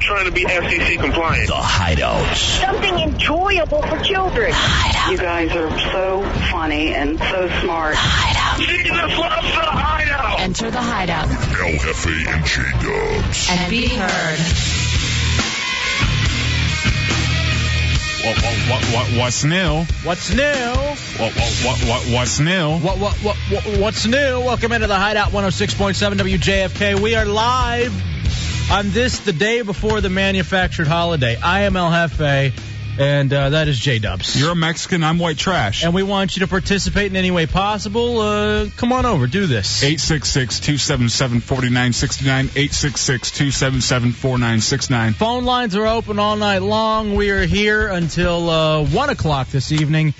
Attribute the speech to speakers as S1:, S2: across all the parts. S1: Trying to be FCC compliant.
S2: The hideout.
S3: Something enjoyable for children.
S4: You guys are so funny and so smart.
S1: Jesus loves the hideout.
S5: Enter the hideout
S2: LFA and J Dubs.
S5: and be heard.
S6: What, what, what, what, what's new?
S7: What's new?
S6: What, what, what, what, what's new?
S7: What, what, what, what, what's new? Welcome into the Hideout 106.7 WJFK. We are live on this, the day before the manufactured holiday. I am El Jefe, and uh, that is J Dubs.
S6: You're a Mexican, I'm white trash.
S7: and we want you to participate in any way possible. Uh, come on over, do this.
S6: 866 277 4969. 866 277 4969.
S7: Phone lines are open all night long. We are here until uh, 1 o'clock this evening.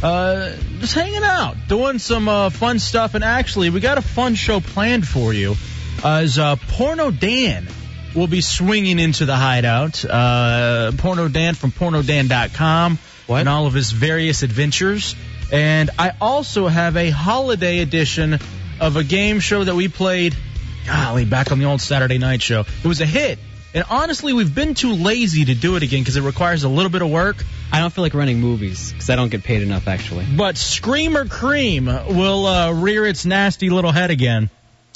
S7: Uh, just hanging out, doing some uh, fun stuff. And actually, we got a fun show planned for you as uh, Porno Dan will be swinging into the hideout. Uh, Porno Dan from pornodan.com and all of his various adventures. And I also have a holiday edition of a game show that we played golly, back on the old Saturday night show. It was a hit. And honestly, we've been too lazy to do it again because it requires a little bit of work.
S8: I don't feel like running movies because I don't get paid enough actually.
S7: But Screamer Cream will uh, rear its nasty little head again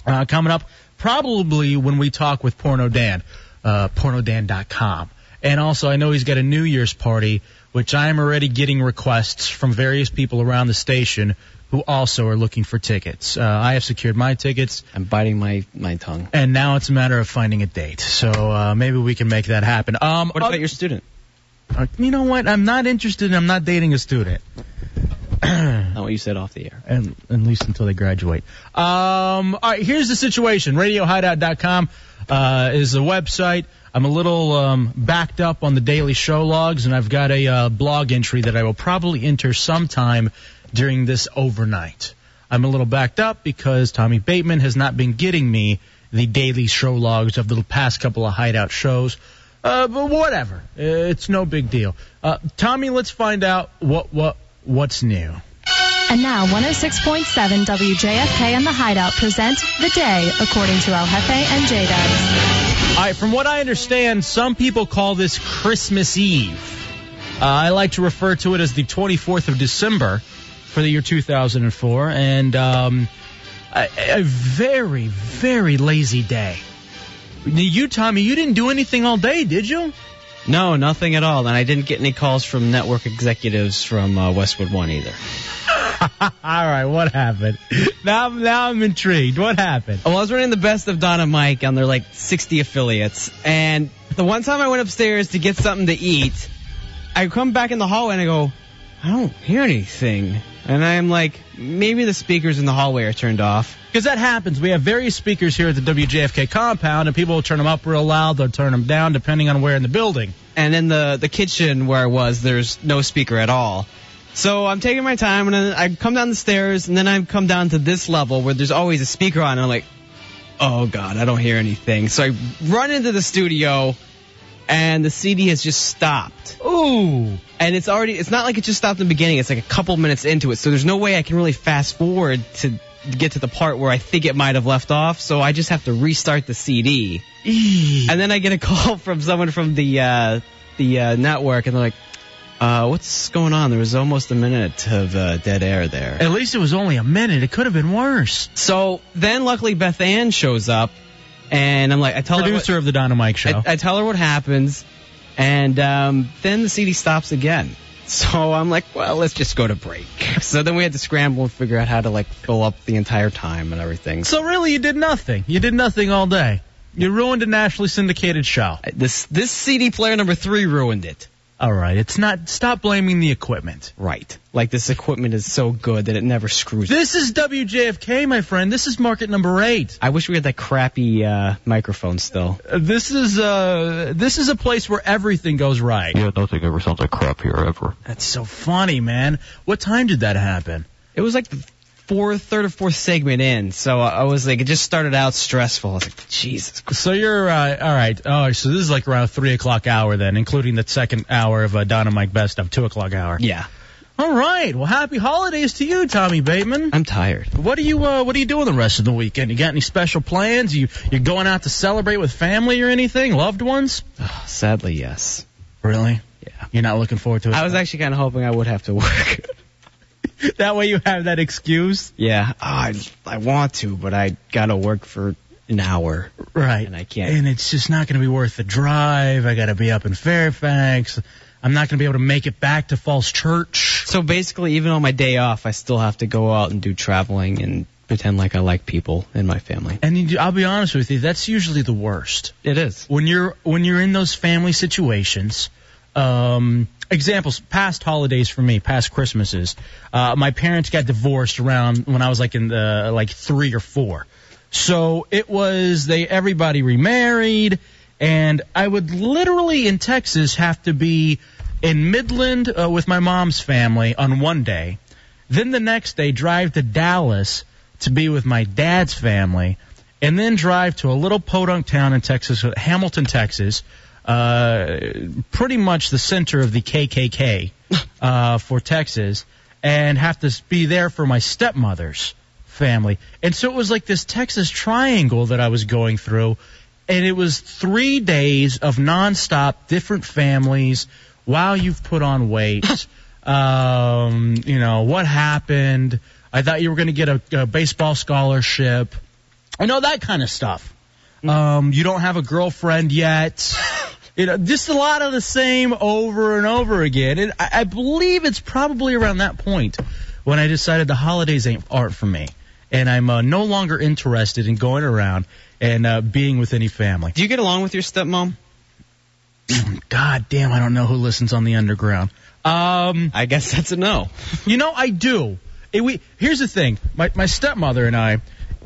S7: uh, coming up probably when we talk with Porno Dan, uh, pornodan.com. And also, I know he's got a New Year's party, which I am already getting requests from various people around the station who also are looking for tickets. Uh, I have secured my tickets.
S8: I'm biting my my tongue.
S7: and now it's a matter of finding a date. So uh, maybe we can make that happen. Um,
S8: What about your student?
S7: uh, you know what? I'm not interested. in I'm not dating a student,
S8: Not what you said off the air.
S7: and at least until they graduate. Um, all right, here's the situation. RadioHideout.com uh, is the website. I'm a little um, backed up on the daily show logs, and I've got a uh, blog entry that I will probably enter sometime during this overnight. I'm a little backed up because Tommy Bateman has not been getting me the daily show logs of the past couple of hideout shows. Uh, but whatever. Uh, It's no big deal. Uh, Tommy, let's find out what, what, what's new.
S5: And now 106.7 WJFK and the Hideout present The Day according to El Jefe and J Dubs.
S7: All right, from what I understand, some people call this Christmas Eve. Uh, I like to refer to it as the 24th of December for the year 2004, and um, a, a very, very lazy day. Now, you, Tommy, you didn't do anything all day, did you?
S8: No, nothing at all. And I didn't get any calls from network executives from uh, Westwood One either.
S7: all right, what happened? Now, I'm- now I'm intrigued. What happened?
S8: Well, I was running the best of Don and Mike on their like 60 affiliates, and the one time I went upstairs to get something to eat, I come back in the hallway and I go, I don't hear anything, and I'm like, maybe the speakers in the hallway are turned off.
S7: Because that happens. We have various speakers here at the WJFK compound, and people will turn them up real loud. They'll turn them down depending on where in the building.
S8: and in the the kitchen where I was, there's no speaker at all. So I'm taking my time, and then I come down the stairs, and then I come down to this level where there's always a speaker on, and I'm like, oh god, I don't hear anything. So I run into the studio, and the CD has just stopped.
S7: Ooh.
S8: And it's already, it's not like it just stopped in the beginning. It's like a couple minutes into it, so there's no way I can really fast forward to get to the part where I think it might have left off. So I just have to restart the CD. And then I get a call from someone from the uh, the uh, network, and they're like, uh, "What's going on? There was almost a minute of uh, dead air there."
S7: At least it was only a minute. It could have been worse.
S8: So then, luckily, Beth Ann shows up, and I'm like, "I tell
S7: Producer of the Dynamite
S8: her,
S7: Show.
S8: what, I, I tell her what happens," and um, then the CD stops again. So I'm like, "Well, let's just go to break." So then we had to scramble and figure out how to like fill up the entire time and everything. So
S7: so really, you did nothing. You did nothing all day. You ruined a nationally syndicated show.
S8: this this CD player number three ruined it.
S7: All right, it's not. Stop blaming the equipment.
S8: Right. Like this equipment is so good that it never screws up.
S7: This is WJFK, my friend. This is market number eight.
S8: I wish we had that crappy uh, microphone still.
S7: Uh, This is uh, this is a place where everything goes right.
S9: Yeah, nothing ever sounds like crap here ever.
S7: That's so funny, man. What time did that happen?
S8: It It was like the fourth, third or fourth segment in. So I I was like, it just started out stressful. I was like, Jesus. Christ.
S7: So you're uh, all right. Oh, so this is like around three o'clock hour then, including the second hour of uh, Don and Mike Best of two o'clock hour.
S8: Yeah,
S7: All right. Well, happy holidays to you, Tommy Bateman.
S8: I'm tired.
S7: What are you uh, What are you doing the rest of the weekend? You got any special plans? You you going out to celebrate with family or anything? Loved ones?
S8: Uh, Sadly, yes.
S7: Really?
S8: Yeah.
S7: You're not looking forward to it.
S8: I was actually kind of hoping I would have to work.
S7: that way you have that excuse.
S8: yeah, oh, I I want to, but I gotta work for an hour.
S7: Right.
S8: And I can't.
S7: And it's just not going to be worth the drive. I got to be up in Fairfax. I'm not going to be able to make it back to Falls Church.
S8: So basically, even on my day off, I still have to go out and do traveling and pretend like I like people in my family.
S7: And you- I'll be honest with you, that's usually the worst.
S8: It is.
S7: When you're when you're in those family situations, um examples past holidays for me, past Christmases. Uh my parents got divorced around when I was like in the like 3 or 4. So it was they everybody remarried and I would literally in Texas have to be in Midland uh, with my mom's family on one day. Then the next day, drive to Dallas to be with my dad's family, and then drive to a little podunk town in Texas, Hamilton, Texas, uh, pretty much the center of the KKK uh, for Texas, and have to s- be there for my stepmother's family. And so it was like this Texas triangle that I was going through, and it was three days of nonstop different families. Wow, you've put on weight. um, you know, what happened? I thought you were going to get a, a baseball scholarship. I know that kind of stuff. Um, you don't have a girlfriend yet. You know, just a lot of the same over and over again. And I, I believe it's probably around that point when I decided the holidays ain't art for me, and I'm uh, no longer interested in going around and uh, being with any family.
S8: Do you get along with your stepmom?
S7: God damn, I don't know who listens on the underground. Um,
S8: I guess that's a no.
S7: You know, I do. It, we here's the thing. My my stepmother and I,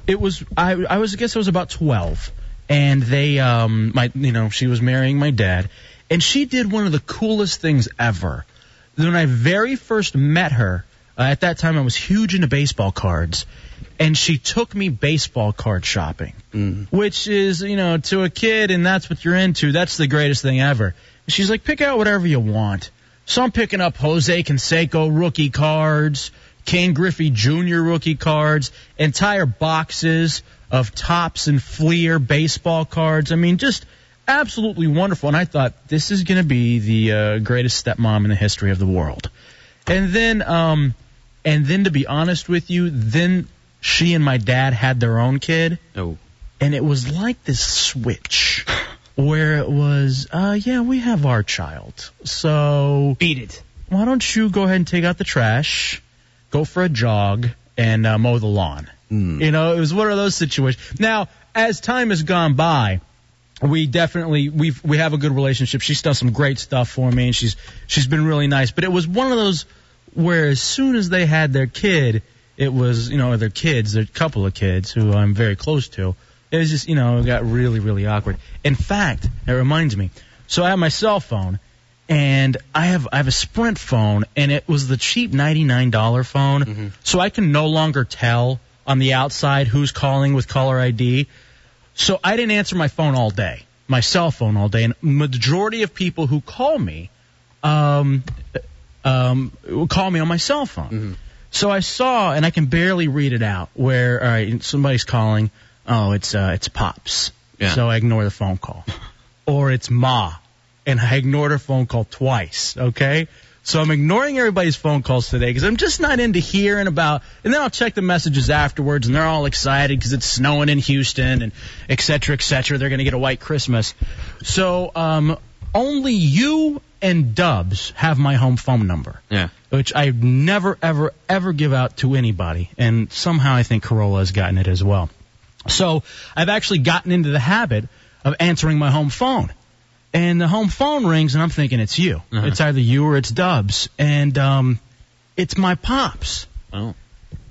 S7: it was I I was I guess I was about twelve, and they um my you know she was marrying my dad, and she did one of the coolest things ever. When I very first met her, uh, at that time I was huge into baseball cards, and she took me baseball card shopping, which is you know to a kid and that's what you're into. That's the greatest thing ever. She's like, pick out whatever you want. So I'm picking up Jose Canseco rookie cards, Ken Griffey Jr. rookie cards, entire boxes of Tops and Fleer baseball cards. I mean, just absolutely wonderful. And I thought this is going to be the uh, greatest stepmom in the history of the world. And then, um, and then to be honest with you, then she and my dad had their own kid
S8: No.
S7: and it was like this switch where it was, uh, yeah, we have our child. So
S8: Beat it.
S7: why don't you go ahead and take out the trash, go for a jog, and uh, mow the lawn?
S8: Hmm.
S7: You know, it was one of those situations. Now, as time has gone by, we definitely we've we have a good relationship. She's done some great stuff for me, and she's she's been really nice. But it was one of those where as soon as they had their kid, it was you know their kids, their couple of kids who I'm very close to. It was just you know it got really really awkward. In fact, it reminds me. So I have my cell phone, and I have I have a Sprint phone, and it was the cheap ninety nine dollar phone, so I can no longer tell on the outside who's calling with caller ID. So I didn't answer my phone all day, my cell phone all day, and majority of people who call me, um, um, will call me on my cell phone. So I saw, and I can barely read it out, where all right, somebody's calling. Oh, it's uh, it's pops.
S8: Yeah.
S7: So I ignore the phone call, or it's ma, and I ignored her phone call twice. Okay. So I'm ignoring everybody's phone calls today because I'm just not into hearing about. And then I'll check the messages afterwards, and they're all excited because it's snowing in Houston and et cetera, et cetera. They're going to get a white Christmas. So um, only you and Dubs have my home phone number
S8: Yeah.
S7: which I never, ever, ever give out to anybody. And somehow I think Corolla has gotten it as well. So I've actually gotten into the habit of answering my home phone. And the home phone rings, and I'm thinking it's you. It's either you or it's Dubs. And um, it's my pops.
S8: Oh.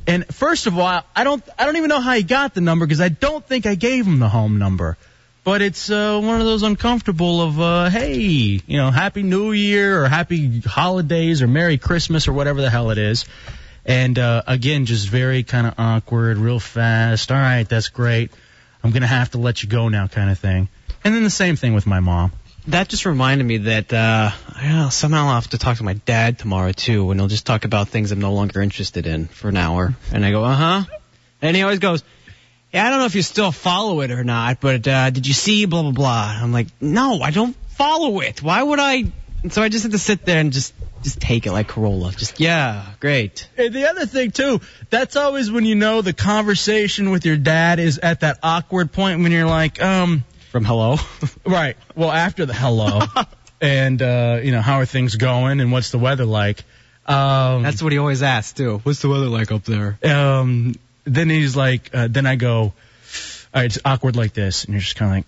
S7: And first of all, I don't I don't even know how he got the number because I don't think I gave him the home number. But it's uh, one of those uncomfortable of uh, hey, you know, Happy New Year or Happy Holidays or Merry Christmas or whatever the hell it is. And uh, again, just very kind of awkward, real fast. All right, that's great. I'm gonna have to let you go now, kind of thing. And then the same thing with my mom.
S8: That just reminded me that uh, I don't know, somehow I'll have to talk to my dad tomorrow too, and he'll just talk about things I'm no longer interested in for an hour. And I go, uh huh. And he always goes, Yeah, I don't know if you still follow it or not, but uh, did you see blah blah blah? I'm like, No, I don't follow it. Why would I? And so I just had to sit there and just just take it like Corolla. Just yeah, great.
S7: And the other thing too, that's always when you know the conversation with your dad is at that awkward point when you're like, um,
S8: From hello.
S7: right. Well, after the hello, and uh, you know, how are things going, and what's the weather like? Um,
S8: That's what he always asks too. What's the weather like up there?
S7: um, then he's like, uh, then I go, all right, it's awkward like this, and you're just kind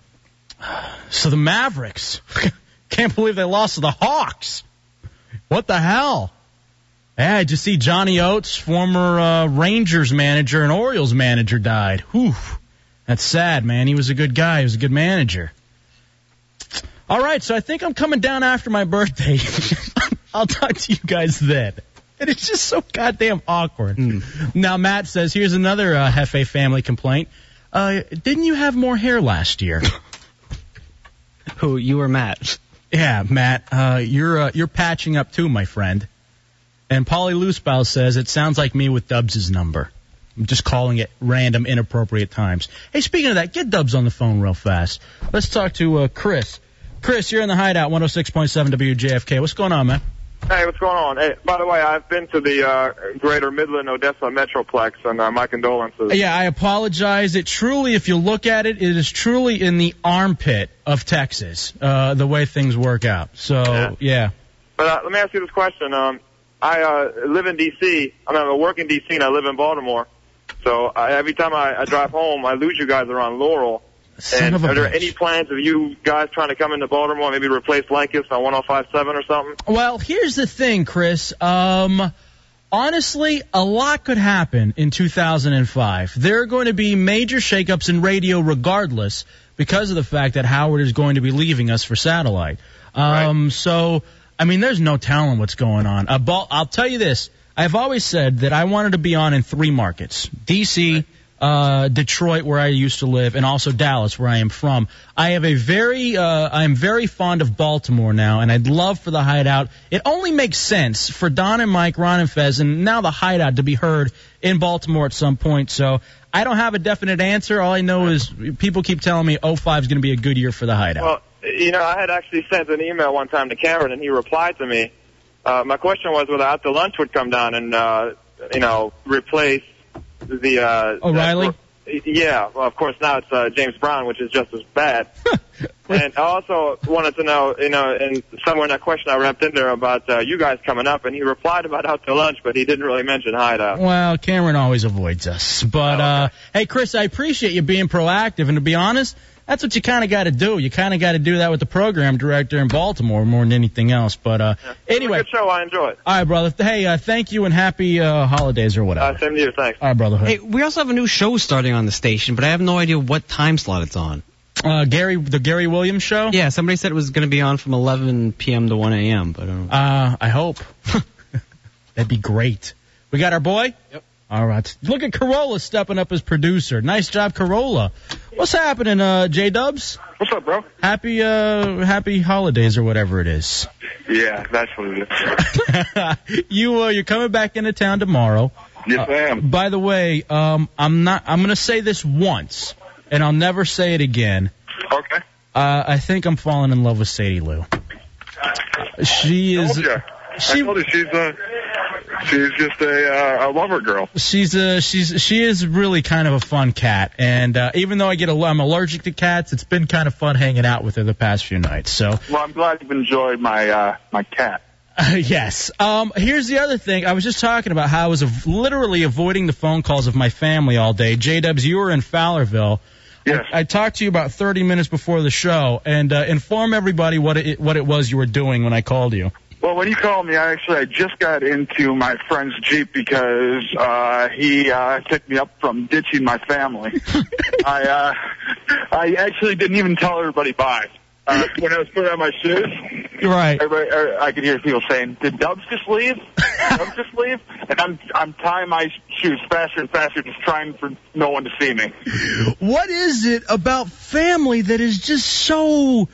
S7: of like, so the Mavericks, can't believe they lost to the Hawks. What the hell? Yeah, I just see Johnny Oates, former uh, Rangers manager and Orioles manager, died. Whew, that's sad, man. He was a good guy. He was a good manager. All right, so I think I'm coming down after my birthday. I'll talk to you guys then. And it's just so goddamn awkward.
S8: Hmm.
S7: Now Matt says, here's another uh, Hefe family complaint. Uh, didn't you have more hair last year?
S8: Who you or Matt?
S7: yeah, Matt, uh, you're uh, you're patching up too, my friend. And Polly Loosebow says it sounds like me with Dubs' number. I'm just calling it random, inappropriate times. Hey, speaking of that, get Dubs on the phone real fast. Let's talk to uh, Chris. Chris, you're in the hideout, 106.7 WJFK. What's going on, man?
S9: Hey, what's going on? Hey, by the way, I've been to the uh, Greater Midland Odessa Metroplex, and uh, my condolences.
S7: Yeah, I apologize. It truly, if you look at it, it is truly in the armpit of Texas, uh, the way things work out. So, yeah.
S9: Yeah. But uh, let me ask you this question. Um, I uh, live in D.C. I mean, I work in D.C. and I live in Baltimore. So I, every time I, I drive home, I lose you guys around Laurel.
S7: Son
S9: and
S7: of a
S9: are there
S7: bitch.
S9: any plans of you guys trying to come into Baltimore, maybe replace Lankus on 1057 or something?
S7: Well, here's the thing, Chris. Um, honestly, a lot could happen in 2005. There are going to be major shakeups in radio regardless because of the fact that Howard is going to be leaving us for satellite. Um, so, I mean, there's no telling what's going on. A ball, I'll tell you this. I've always said that I wanted to be on in three markets. DC, uh, Detroit, where I used to live, and also Dallas, where I am from. I have a very, uh, I am very fond of Baltimore now, and I'd love for the Hideout. It only makes sense for Don and Mike, Ron and Fez, and now the Hideout to be heard in Baltimore at some point. So I don't have a definite answer. All I know is people keep telling me 05 is going to be a good year for the Hideout.
S9: Well, you know, I had actually sent an email one time to Cameron, and he replied to me. Uh, my question was whether After Lunch would come down and, uh, you know, replace the... Uh,
S7: O'Reilly?
S9: yeah, well, of course now it's uh, James Brown, which is just as bad. and I also wanted to know, you know, and somewhere in that question I wrapped in there about uh, you guys coming up, and he replied about After Lunch, but he didn't really mention Hideout.
S7: Well, Cameron always avoids us.
S9: Oh,
S7: But, uh, hey, Chris, I appreciate you being proactive. And to be honest, that's what you kind of got to do. You kind of got to do that with the program director in Baltimore more than anything else. But, uh, anyway.
S9: Good show, I enjoy it.
S7: All right, brother. Hey, uh, thank you and happy, uh, holidays or whatever.
S9: Uh, same to you, thanks.
S7: All right, brotherhood.
S8: Hey, we also have a new show starting on the station, but I have no idea what time slot it's on.
S7: Uh, Gary, the Gary Williams show?
S8: Yeah, somebody said it was going to be on from 11 p.m. to 1 a.m., but I don't
S7: Uh, I hope. That'd be great. We got our boy? Yep. All right. Look at Corolla stepping up as producer. Nice job, Corolla. What's happening, uh, J Dubs?
S9: What's up, bro?
S7: Happy uh happy holidays or whatever it is.
S9: Yeah, that's what it is.
S7: you uh you're coming back into town tomorrow. Uh,
S9: yes, I am.
S7: By the way, um I'm not I'm going to say this once and I'll never say it again.
S9: Okay.
S7: Uh I think I'm falling in love with Sadie Lou. She is she-
S9: I told you she's a she's just a uh, a lover girl.
S7: she's a she's she is really kind of a fun cat and uh even though I get a, I'm allergic to cats, it's been kind of fun hanging out with her the past few nights. So
S9: Well, I'm glad you've enjoyed my uh, my cat.
S7: yes. Um, here's the other thing. I was just talking about how I was av- literally avoiding the phone calls of my family all day. J Dubs, you were in Fowlerville.
S9: Yes.
S7: I, I talked to you about 30 minutes before the show and uh, inform everybody what it what it was you were doing when I called you.
S9: Well, when you called me, I actually I just got into my friend's jeep because uh, he uh, picked me up from ditching my family. I uh, I actually didn't even tell everybody bye. Uh, when I was putting on my shoes,
S7: Right.
S9: everybody, er, I could hear people saying, "Did Dubs just leave?"
S10: I'm just leave, and I'm I'm tying my shoes faster and faster, just trying for no one to see me.
S7: What is it about family that is just so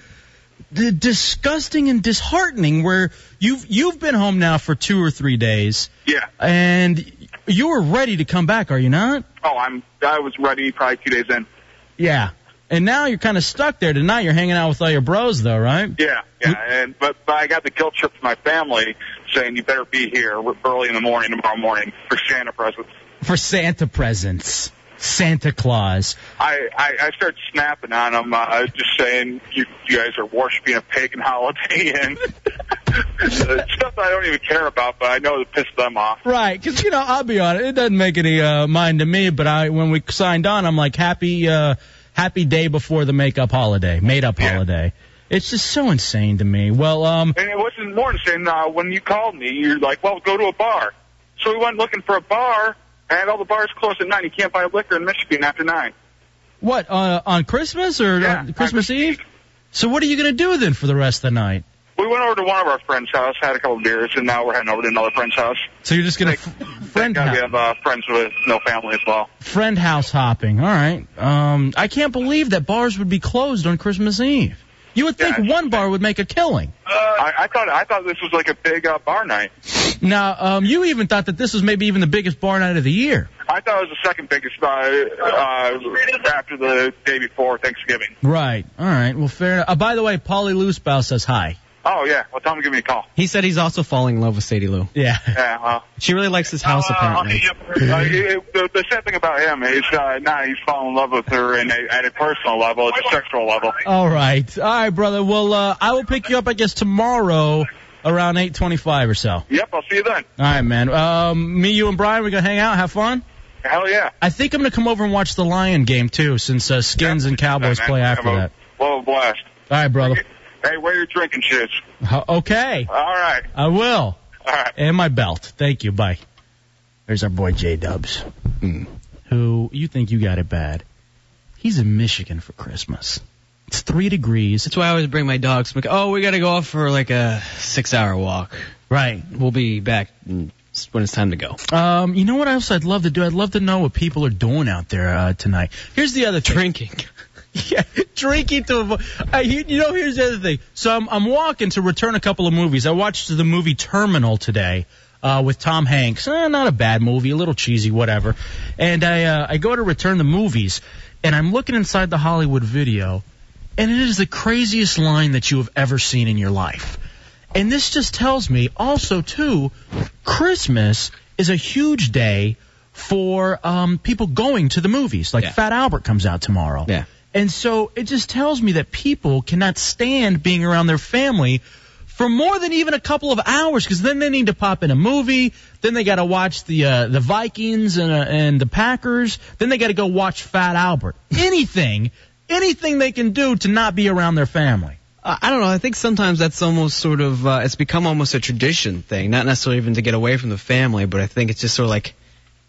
S7: d- disgusting and disheartening? Where you've you've been home now for two or three days.
S10: Yeah.
S7: And you were ready to come back, are you not?
S10: Oh, I'm I was ready probably two days in.
S7: Yeah. And now you're kind of stuck there. Tonight you're hanging out with all your bros, though, right?
S10: Yeah, yeah, and but, but I got the guilt trip from my family saying you better be here early in the morning tomorrow morning for Santa presents.
S7: For Santa presents, Santa Claus.
S10: I, I, I started snapping on them, uh, just saying you, you guys are worshiping a pagan holiday and stuff I don't even care about, but I know it pissed them off.
S7: Right, because you know, I'll be honest, it doesn't make any uh, mind to me. But I, when we signed on, I'm like, happy, uh, happy day before the make-up holiday, made-up holiday. It's just so insane to me. Well, um,
S10: And it wasn't more insane uh, when you called me. You're like, well, go to a bar. So we went looking for a bar, and all the bars close at nine. You can't buy liquor in Michigan after nine.
S7: what uh, on Christmas or on Christmas Eve? So what are you gonna do then for the rest of the night?
S10: We went over to one of our friends' house, had a couple of beers, and now we're heading over to another friend's house.
S7: So you're just gonna f- friend
S10: And
S7: house,
S10: we have uh, friends with no family as well.
S7: friend house hopping. All right. Um, I can't believe that bars would be closed on Christmas Eve. You would think one bar would make a killing.
S10: I, I thought I thought this was like a big uh, bar night.
S7: Now, um, you even thought that this was maybe even the biggest bar night of the year.
S10: I thought it was the second biggest uh, uh, after the day before Thanksgiving.
S7: Right. All right. Well, fair enough. Uh, by the way, Polly Loosebow says hi.
S10: Oh yeah, well Tom, give me a call.
S8: He said he's also falling in love with Sadie Lou.
S7: Yeah.
S10: Yeah, well,
S8: She really likes his house, apparently.
S10: uh, it- the, the sad thing about him is uh, now he's fallen in love with her in a, at a personal level, it's a sexual level.
S7: All right. All right, brother. Well, uh, I will pick you up, I guess, tomorrow around 825 or so. All
S10: Yep, I'll see you then.
S7: right, man. Um, me, you, and Brian, we're going to hang out, have fun.
S10: Hell yeah.
S7: I think I'm going to come over and watch the Lion game, too, since uh, Skins and Cowboys
S10: Yeah, man.
S7: play after
S10: Have a-
S7: that.
S10: Well, a blast.
S7: All right, brother.
S10: Hey, wear your drinking shits.
S7: Uh, Okay.
S10: All right.
S7: I will.
S10: All right.
S7: And my belt. Thank you. Bye. There's our boy J Dubs, who you think you got it bad. He's in Michigan for Christmas. It's three degrees.
S8: That's why I always bring my dogs. I'm like, oh, we gotta go off for like a six-hour walk.
S7: Right.
S8: We'll be back when it's time to go.
S7: Um, you know what else I'd love to do? I'd love to know what people are doing out there uh, tonight. Here's the other thing.
S8: Drinking.
S7: yeah, drinking to avoid. Uh, you you know, here's the other thing. So I'm, I'm walking to return a couple of movies. I watched the movie Terminal today uh, with Tom Hanks. Eh, not a bad movie, a little cheesy, whatever. And I uh, I go to return the movies, and I'm looking inside the Hollywood video, and it is the craziest line that you have ever seen in your life. And this just tells me also too, Christmas is a huge day for um, people going to the movies. Like Fat Albert comes out tomorrow.
S8: Yeah.
S7: And so it just tells me that people cannot stand being around their family for more than even a couple of hours because then they need to pop in a movie, then they got to watch the uh, the Vikings and uh, and the Packers, then they got to go watch Fat Albert. Anything, anything they can do to not be around their family.
S8: Uh, I don't know. I think sometimes that's almost sort of uh, it's become almost a tradition thing, not necessarily even to get away from the family, but I think it's just sort of like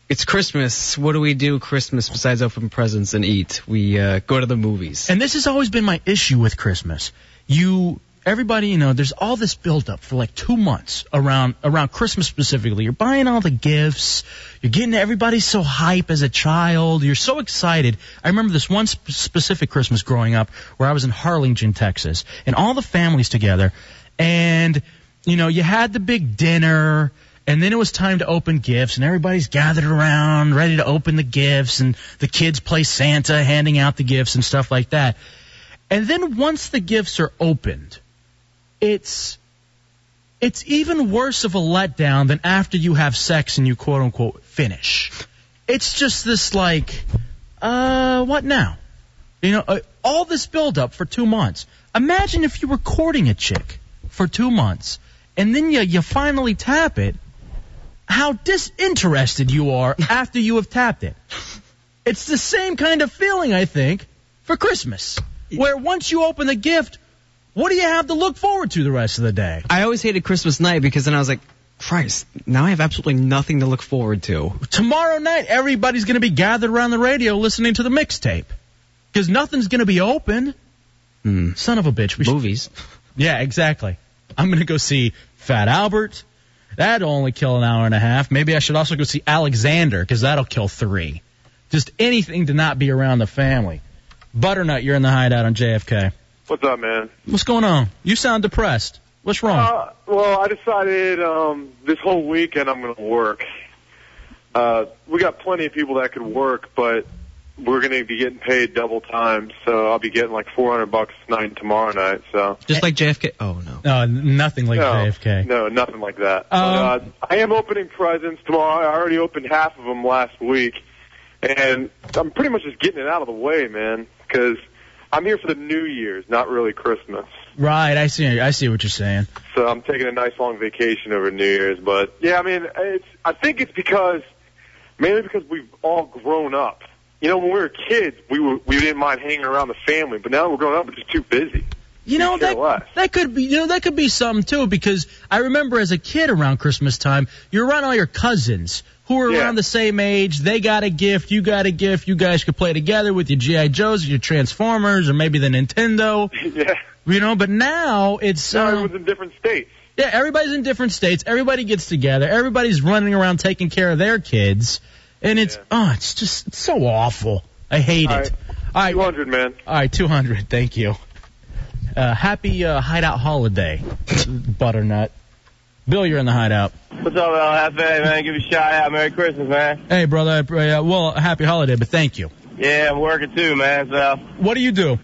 S8: it's Christmas. What do we do Christmas besides open presents and eat? We uh, go to the movies.
S7: And this has always been my issue with Christmas. You everybody, you know, there's all this buildup for like two months around around Christmas specifically. You're buying all the gifts, you're getting everybody's so hype as a child, you're so excited. I remember this one sp- specific Christmas growing up where I was in Harlingen, Texas, and all the families together and you know, you had the big dinner and then it was time to open gifts and everybody's gathered around ready to open the gifts and the kids play Santa handing out the gifts and stuff like that. And then once the gifts are opened, it's it's even worse of a letdown than after you have sex and you quote unquote finish. It's just this like, uh, what now? You know, uh, all this buildup for two months. Imagine if you were courting a chick for two months and then you you finally tap it. How disinterested you are after you have tapped it. It's the same kind of feeling, I think, for Christmas, where once you open the gift, what do you have to look forward to the rest of the day?
S8: I always hated Christmas night because then I was like, Christ, now I have absolutely nothing to look forward to.
S7: Tomorrow night, everybody's going to be gathered around the radio listening to the mixtape because nothing's going to be open.
S8: Hmm.
S7: Son of a bitch. We should-
S8: Movies.
S7: yeah, exactly. I'm going to go see Fat Albert. That'll only kill an hour and a half. Maybe I should also go see Alexander because that'll kill three. Just anything to not be around the family. Butternut, you're in the hideout on JFK.
S11: What's up, man?
S7: What's going on? You sound depressed. What's wrong?
S11: Uh, well, I decided um, this whole weekend I'm going to work. Uh, we got plenty of people that could work, but we're going to be getting paid double time, so I'll be getting like 400 bucks tonight and tomorrow night. So
S8: Just like JFK. Oh no.
S7: No, Uh, n- nothing like
S11: No.
S7: JFK.
S11: no, nothing like that.
S7: Um,
S11: but, uh, I am opening presents tomorrow. I already opened half of them last week, and I'm pretty much just getting it out of the way, man, because I'm here for the New Year's, not really Christmas.
S7: Right, I see. I see what you're saying.
S11: So I'm taking a nice long vacation over New Year's, but yeah, I mean, it's I think it's because mainly because we've all grown up. You know, when we were kids, we were we didn't mind hanging around the family, but now that we're grown up, we're just too busy.
S7: You know that that could be you know that could be something too because I remember as a kid around Christmas time you're around all your cousins who are around the same age. They got a gift, you got a gift. You guys could play together with your GI Joes, your Transformers, or maybe the Nintendo.
S11: yeah.
S7: You know, but now it's
S11: Now
S7: um,
S11: everyone's in different states.
S7: Yeah, everybody's in different states. Everybody gets together. Everybody's running around taking care of their kids, and it's oh, it's just it's so awful. I hate
S11: All
S7: it. All right,
S11: 200, man.
S7: All right, 200. Thank you. Uh, happy uh, hideout holiday, butternut. Bill, you're in the hideout.
S12: What's up, LFA, man? Give you a shout out. Merry Christmas, man.
S7: Hey, brother. I pray- Uh, well, happy holiday, but thank you.
S12: Yeah, I'm working too, man. So
S7: What do you do?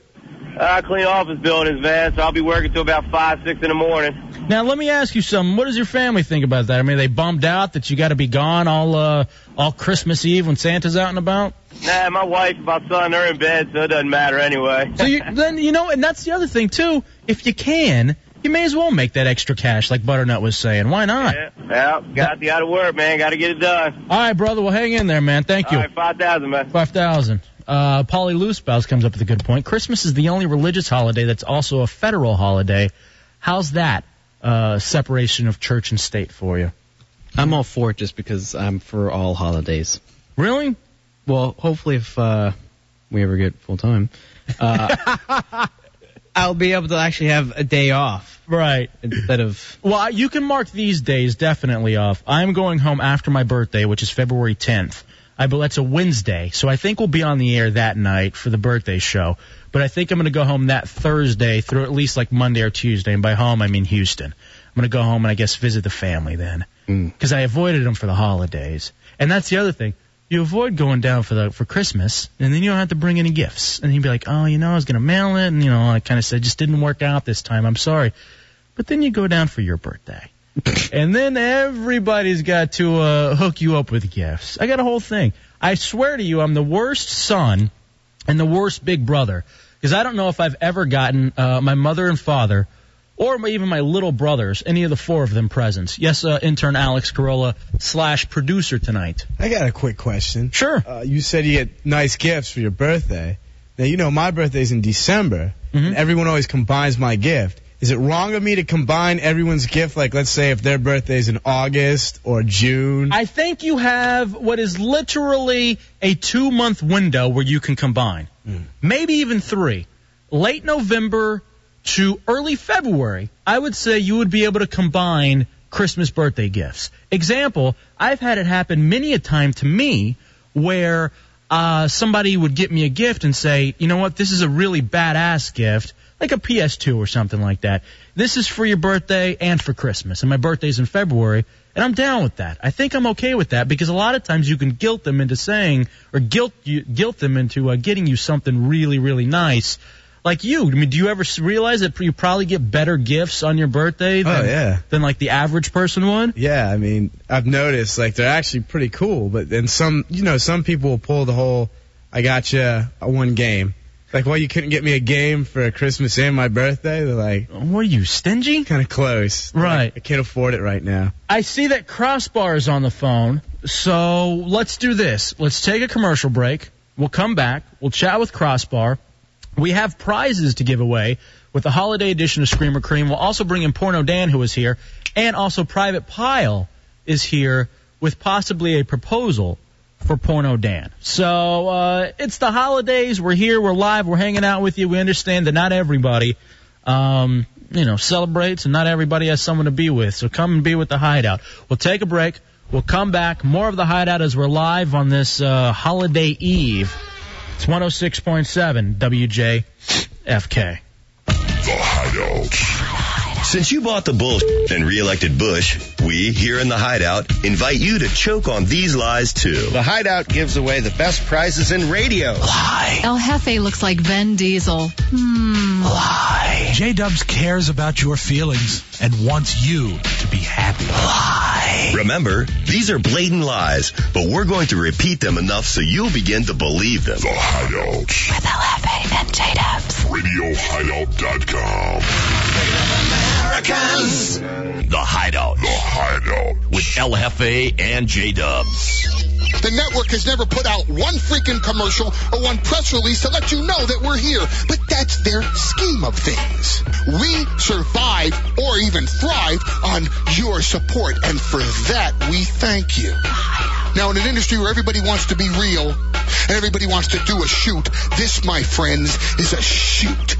S12: I clean office buildings, man. So I'll be working till about five, six in the morning.
S7: Now, let me ask you something. What does your family think about that? I mean, are they bummed out that you got to be gone all uh, all Christmas Eve when Santa's out and about?
S12: Nah, my wife, and my son, they're in bed, so it doesn't matter anyway.
S7: So you, then you know, and that's the other thing too. If you can, you may as well make that extra cash, like Butternut was saying. Why not?
S12: Yeah, yeah, got the out of work, man. Got to get it done.
S7: All right, brother. Well, hang in there, man. Thank you.
S12: All right, five thousand, man.
S7: Five thousand. Uh, Polly Loosebouse comes up with a good point. Christmas is the only religious holiday that's also a federal holiday. How's that uh, separation of church and state for you?
S8: I'm all for it just because I'm for all holidays.
S7: Really?
S8: Well, hopefully if uh, we ever get full time, uh, I'll be able to actually have a day off.
S7: Right.
S8: Instead of
S7: Well, I- you can mark these days definitely off. I'm going home after my birthday, which is February 10th. I believe that's a Wednesday, so I think we'll be on the air that night for the birthday show. But I think I'm going to go home that Thursday through at least like Monday or Tuesday, and by home I mean Houston. I'm going to go home and I guess visit the family then, because I avoided them for the holidays. And that's the other thing. You avoid going down for the for Christmas, and then you don't have to bring any gifts. And you'd be like, oh, you know, I was going to mail it, and you know, I kind of said, just didn't work out this time. I'm sorry. But then you go down for your birthday. and then everybody's got to uh, hook you up with gifts. I got a whole thing. I swear to you, I'm the worst son and the worst big brother because I don't know if I've ever gotten uh, my mother and father or my, even my little brothers, any of the four of them presents. Yes, uh, intern Alex Carolla slash producer tonight.
S13: I got a quick question.
S7: Sure.
S13: Uh, you said you get nice gifts for your birthday. Now you know my birthday's in December,
S7: Mm-hmm.
S13: and everyone always combines my gift. Is it wrong of me to combine everyone's gift? Like, let's say if their birthday's in August or June.
S7: I think you have what is literally a two month window where you can combine, maybe even three. Late November to early February, I would say you would be able to combine Christmas birthday gifts. Example, I've had it happen many a time to me where uh, somebody would get me a gift and say, you know what, this is a really badass gift, like a PS2 or something like that. This is for your birthday and for Christmas, and my birthday's in February, and I'm down with that. I think I'm okay with that because a lot of times you can guilt them into saying, or guilt you, guilt them into uh, getting you something really, really nice. Like you, I mean, do you ever s- realize that you probably get better gifts on your birthday than,
S13: Oh, yeah.
S7: than like the average person would?
S13: Yeah, I mean, I've noticed like they're actually pretty cool, but then some, you know, some people will pull the whole "I got you one game." Like, well, you couldn't get me a game for Christmas and my birthday. They're like,
S7: "What are you stingy?"
S13: Kind of close,
S7: right?
S13: I can't afford it right now.
S7: I see that Crossbar is on the phone, so let's do this. Let's take a commercial break. We'll come back. We'll chat with Crossbar. We have prizes to give away with the holiday edition of Screamer Cream. We'll also bring in Porno Dan, who is here, and also Private Pile is here with possibly a proposal for Porno Dan. So uh, it's the holidays. We're here. We're live. We're hanging out with you. We understand that not everybody um, you know, celebrates and not everybody has someone to be with. So come and be with the hideout. We'll take a break. We'll come back. More of the hideout as we're live on this uh, holiday eve. It's 106.7 WJFK.
S2: The Hideout.
S14: Since you bought the bull and reelected Bush, we here in the Hideout invite you to choke on these lies too. The Hideout gives away the best prizes in radio. Lie.
S15: El Jefe looks like Vin Diesel. Hmm.
S16: Lie. J Dubs cares about your feelings and wants you to be happy. Lie.
S14: Remember, these are blatant lies, but we're going to repeat them enough so you'll begin to believe them. The Hideout. With El Jefe and J Dubs.
S2: Americans. The Hideout. The Hideout. With LFA and J Dubs.
S17: The network has never put out one freaking commercial or one press release to let you know that we're here, but that's their scheme of things. We survive or even thrive on your support, and for that we thank you. Now, in an industry where everybody wants to be real and everybody wants to do a shoot, this, my friends, is a shoot.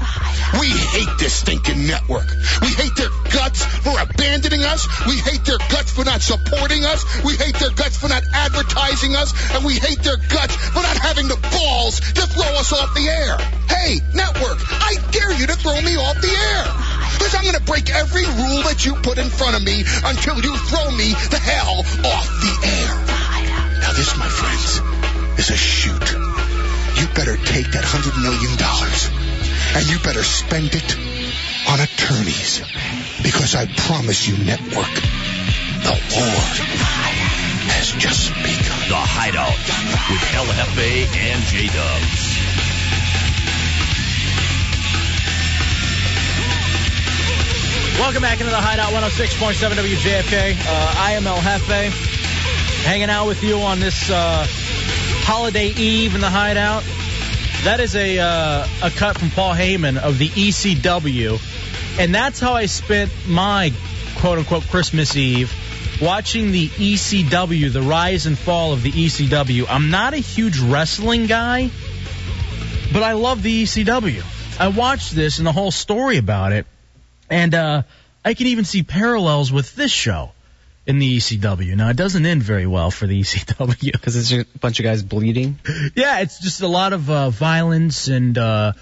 S17: We hate this stinking network. We hate their guts for abandoning us. We hate their guts for not supporting us. We hate their guts for not advertising us. And we hate their guts for not having the balls to throw us off the air. Hey, network, I dare you to throw me off the air. Because I'm going to break every rule that you put in front of me until you throw me the hell off the air. Now, this, my friends, is a shoot. You better take that $100 million and you better spend it on attorneys. Because I promise you, network, the war has just begun.
S2: The Hideout. With LFA and J Dubs.
S7: Welcome back into the Hideout 106.7 WJFK. Uh, I am El Jefe, hanging out with you on this uh, holiday eve in the Hideout. That is a uh, a cut from Paul Heyman of the ECW, and that's how I spent my quote unquote Christmas Eve watching the ECW, the rise and fall of the ECW. I'm not a huge wrestling guy, but I love the ECW. I watched this and the whole story about it, and uh, I can even see parallels with this show in the ECW. Now it doesn't end very well for the ECW
S8: because it's just a bunch of guys bleeding.
S7: yeah, it's just a lot of uh, violence and uh,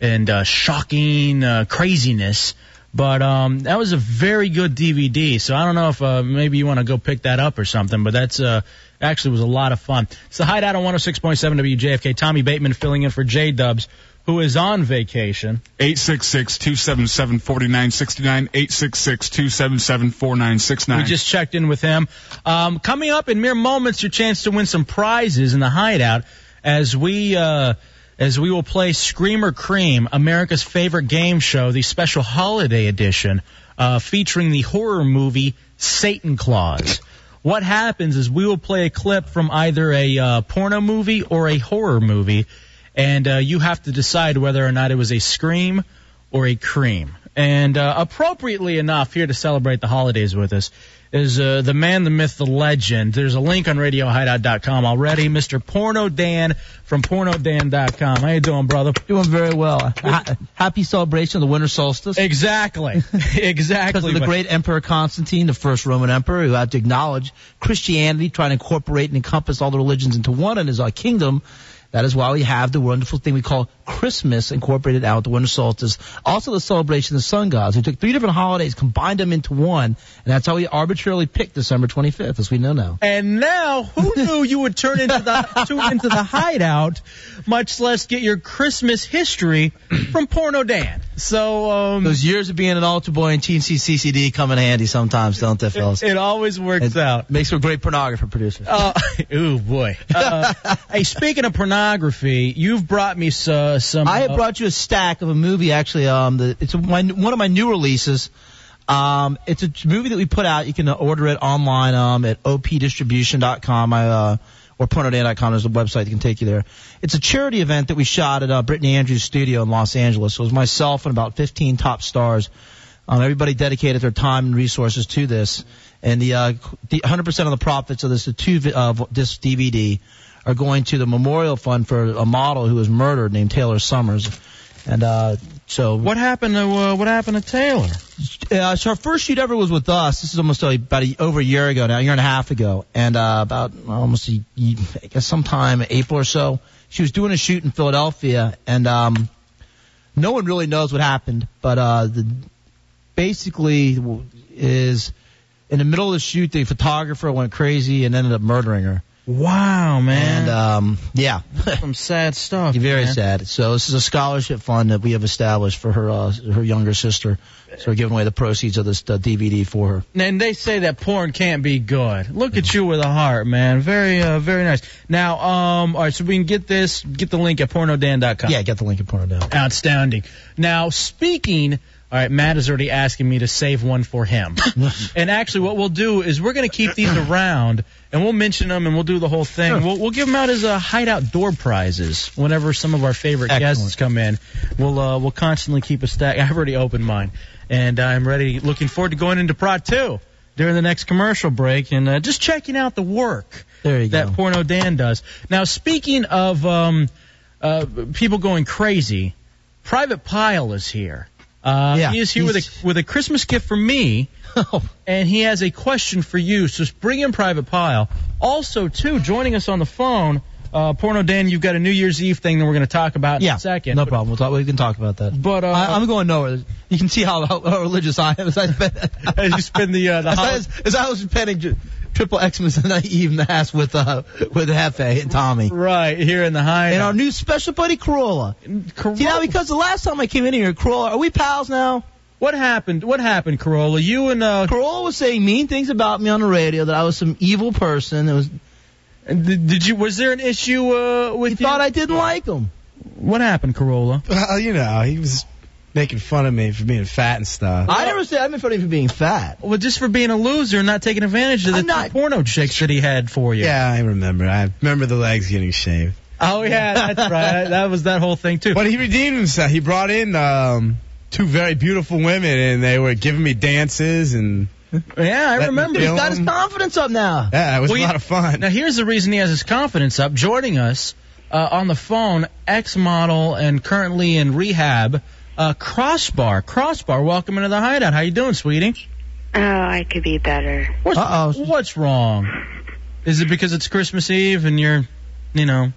S7: and uh, shocking uh, craziness. But um, that was a very good DVD. So I don't know if uh, maybe you want to go pick that up or something. But that's uh, actually was a lot of fun. It's the Hideout on 106.7 WJFK. Tommy Bateman filling in for J Dubs. Who is on vacation?
S6: 866-277-4969, 866-277-4969.
S7: We just checked in with him. Um, coming up in mere moments, your chance to win some prizes in the hideout as we uh, as we will play Screamer Cream, America's favorite game show, the special holiday edition uh, featuring the horror movie Satan Claus. What happens is we will play a clip from either a uh, porno movie or a horror movie, and uh, you have to decide whether or not it was a scream or a cream. And uh, appropriately enough, here to celebrate the holidays with us is uh, the man, the myth, the legend. There's a link on RadioHideout.com already. Mr. Porno Dan from PornoDan.com. How you doing, brother?
S18: Doing very well. Ha- happy celebration of the winter solstice.
S7: Exactly.
S18: Because
S7: exactly.
S18: of the
S7: but-
S18: great Emperor Constantine, the first Roman emperor, who had to acknowledge Christianity, trying to incorporate and encompass all the religions into one in his uh, kingdom. That is why we have the wonderful thing we call Christmas incorporated out, the winter solstice. Also the celebration of the sun gods. We took three different holidays, combined them into one, and that's how we arbitrarily picked December 25th, as we know now.
S7: And now, who knew you would turn into the tune into the hideout, much less get your Christmas history from Porno Dan. So um,
S18: Those years of being an altar boy and TCCCD come in handy sometimes, don't they, fellas?
S7: it always works out.
S18: Makes for a great pornographer producer.
S7: Uh, ooh boy. Uh, hey, speaking of pornography, you've brought me so, some.
S18: I had
S7: uh,
S18: brought you a stack of a movie. Actually, um, the, it's my, one of my new releases. Um, it's a movie that we put out. You can uh, order it online um, at opdistribution.com. I uh, or pornodan.com is a website that can take you there. It's a charity event that we shot at uh, Brittany Andrews' studio in Los Angeles. So it was myself and about 15 top stars. Um, everybody dedicated their time and resources to this, and the, uh, the 100% of the profits of this the two vi- uh, this DVD are going to the memorial fund for a model who was murdered named Taylor Summers, and uh, So
S7: what happened to uh, what happened to Taylor?
S18: Uh, so our first shoot ever was with us. This is almost uh, about a, over a year ago now, a year and a half ago, and uh, about almost a, ye- I guess sometime April or so, she was doing a shoot in Philadelphia, and um, no one really knows what happened, but uh, the basically w- is in the middle of the shoot, the photographer went crazy and ended up murdering her.
S7: Wow, man.
S18: And um, yeah,
S7: some sad stuff.
S18: Very
S7: man.
S18: sad. So this is a scholarship fund that we have established for her uh, her younger sister. So we're giving away the proceeds of this uh, DVD for her.
S7: And they say that porn can't be good. Look at you with a heart, man. Very, uh, very nice. Now, um, all right, so we can get this, get the link at pornodan.com.
S18: Yeah, get the link at pornodan.
S7: Outstanding. Now, speaking, all right, Matt is already asking me to save one for him. and actually, what we'll do is we're going to keep these around, and we'll mention them, and we'll do the whole thing. We'll, we'll give them out as uh, hideout door prizes whenever some of our favorite guests come in. We'll uh, we'll constantly keep a stack. I've already opened mine, and I'm ready. Looking forward to going into Prod Two during the next commercial break, and uh, just checking out the work
S18: there you
S7: that Porno Dan does. Now, speaking of um, uh, people going crazy, Private Pile is here. Uh,
S18: Yeah,
S7: he is here with a with a Christmas gift for me, and he has a question for you. So just bring in Private Pile. Also, too, joining us on the phone, uh, Porno Dan, you've got a New Year's Eve thing that we're going to talk about in
S18: Yeah,
S7: a second.
S18: no problem. We'll talk, we can talk about that.
S7: But uh,
S18: I, I'm going nowhere. You can see how, how religious I am as I spend,
S7: as you spend the uh, the
S18: as, I
S7: hol-
S18: was, as I was spending ju- triple Xmas and I even mass with uh with Hefe and Tommy.
S7: Right here in the high.
S18: And our new special buddy Corolla.
S7: Corolla.
S18: You know because the last time I came in here, Corolla, are we pals now?
S7: What happened? What happened, Corolla? You and uh,
S18: Corolla was saying mean things about me on the radio that I was some evil person. It was
S7: And did, did you? Was there an issue uh, with?
S18: He thought I didn't like him.
S7: What happened, Corolla?
S13: Well, you know, he was making fun of me for being fat and stuff.
S18: I never said I'm in front of you for being fat.
S7: Well, just for being a loser and not taking advantage of the, the porno chicks that he had for you.
S13: Yeah, I remember. I remember the legs getting shaved.
S7: Oh yeah, that's right. That was that whole thing too.
S13: But he redeemed himself. He brought in um, two very beautiful women, and they were giving me dances and.
S7: Yeah, I remember.
S18: He's got his confidence up now.
S13: Yeah, it was
S7: Well,
S13: a
S7: you-
S13: lot of fun.
S7: Now here's the reason he has his confidence up. Joining us uh, on the phone, ex model and currently in rehab, uh, Crossbar. Crossbar, welcome into the hideout. How you doing, sweetie?
S19: Oh, I could be better.
S7: What's, what's wrong? Is it because it's Christmas Eve and you're, you know,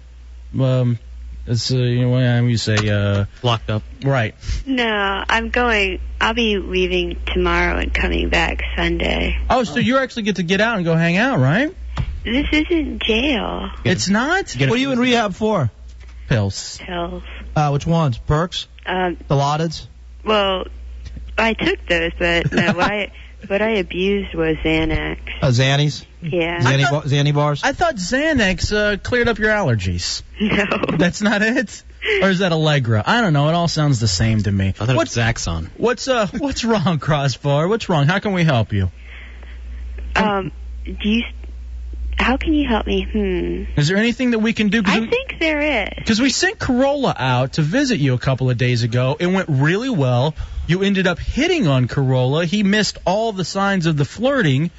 S7: um, it's uh, you know what I mean, you say uh, locked up, right?
S19: No, I'm going. I'll be leaving tomorrow and coming back Sunday.
S7: Oh, so you actually get to get out and go hang out, right?
S19: This isn't jail.
S7: It's not.
S18: What are you in rehab for?
S7: Pills.
S19: Pills.
S18: Uh, which ones? Perks?
S19: Um,
S18: The Lotids?
S19: well, I took those, but no, what I what I abused was Xanax.
S18: Uh, Xannies?
S19: Yeah.
S18: Xanny, ba- Xanny bars?
S7: I thought Xanax uh, cleared up your allergies.
S19: No.
S7: That's not it. Or is that Allegra? I don't know. It all sounds the same to me.
S20: it
S7: What's
S20: Zaxxon.
S7: what's uh what's wrong, Crossbar? What's wrong? How can we help you?
S19: Um, do you? How can you help me? Hmm.
S7: Is there anything that we can do?
S19: I think there is.
S7: Because we sent Corolla out to visit you a couple of days ago. It went really well. You ended up hitting on Corolla. He missed all the signs of the flirting.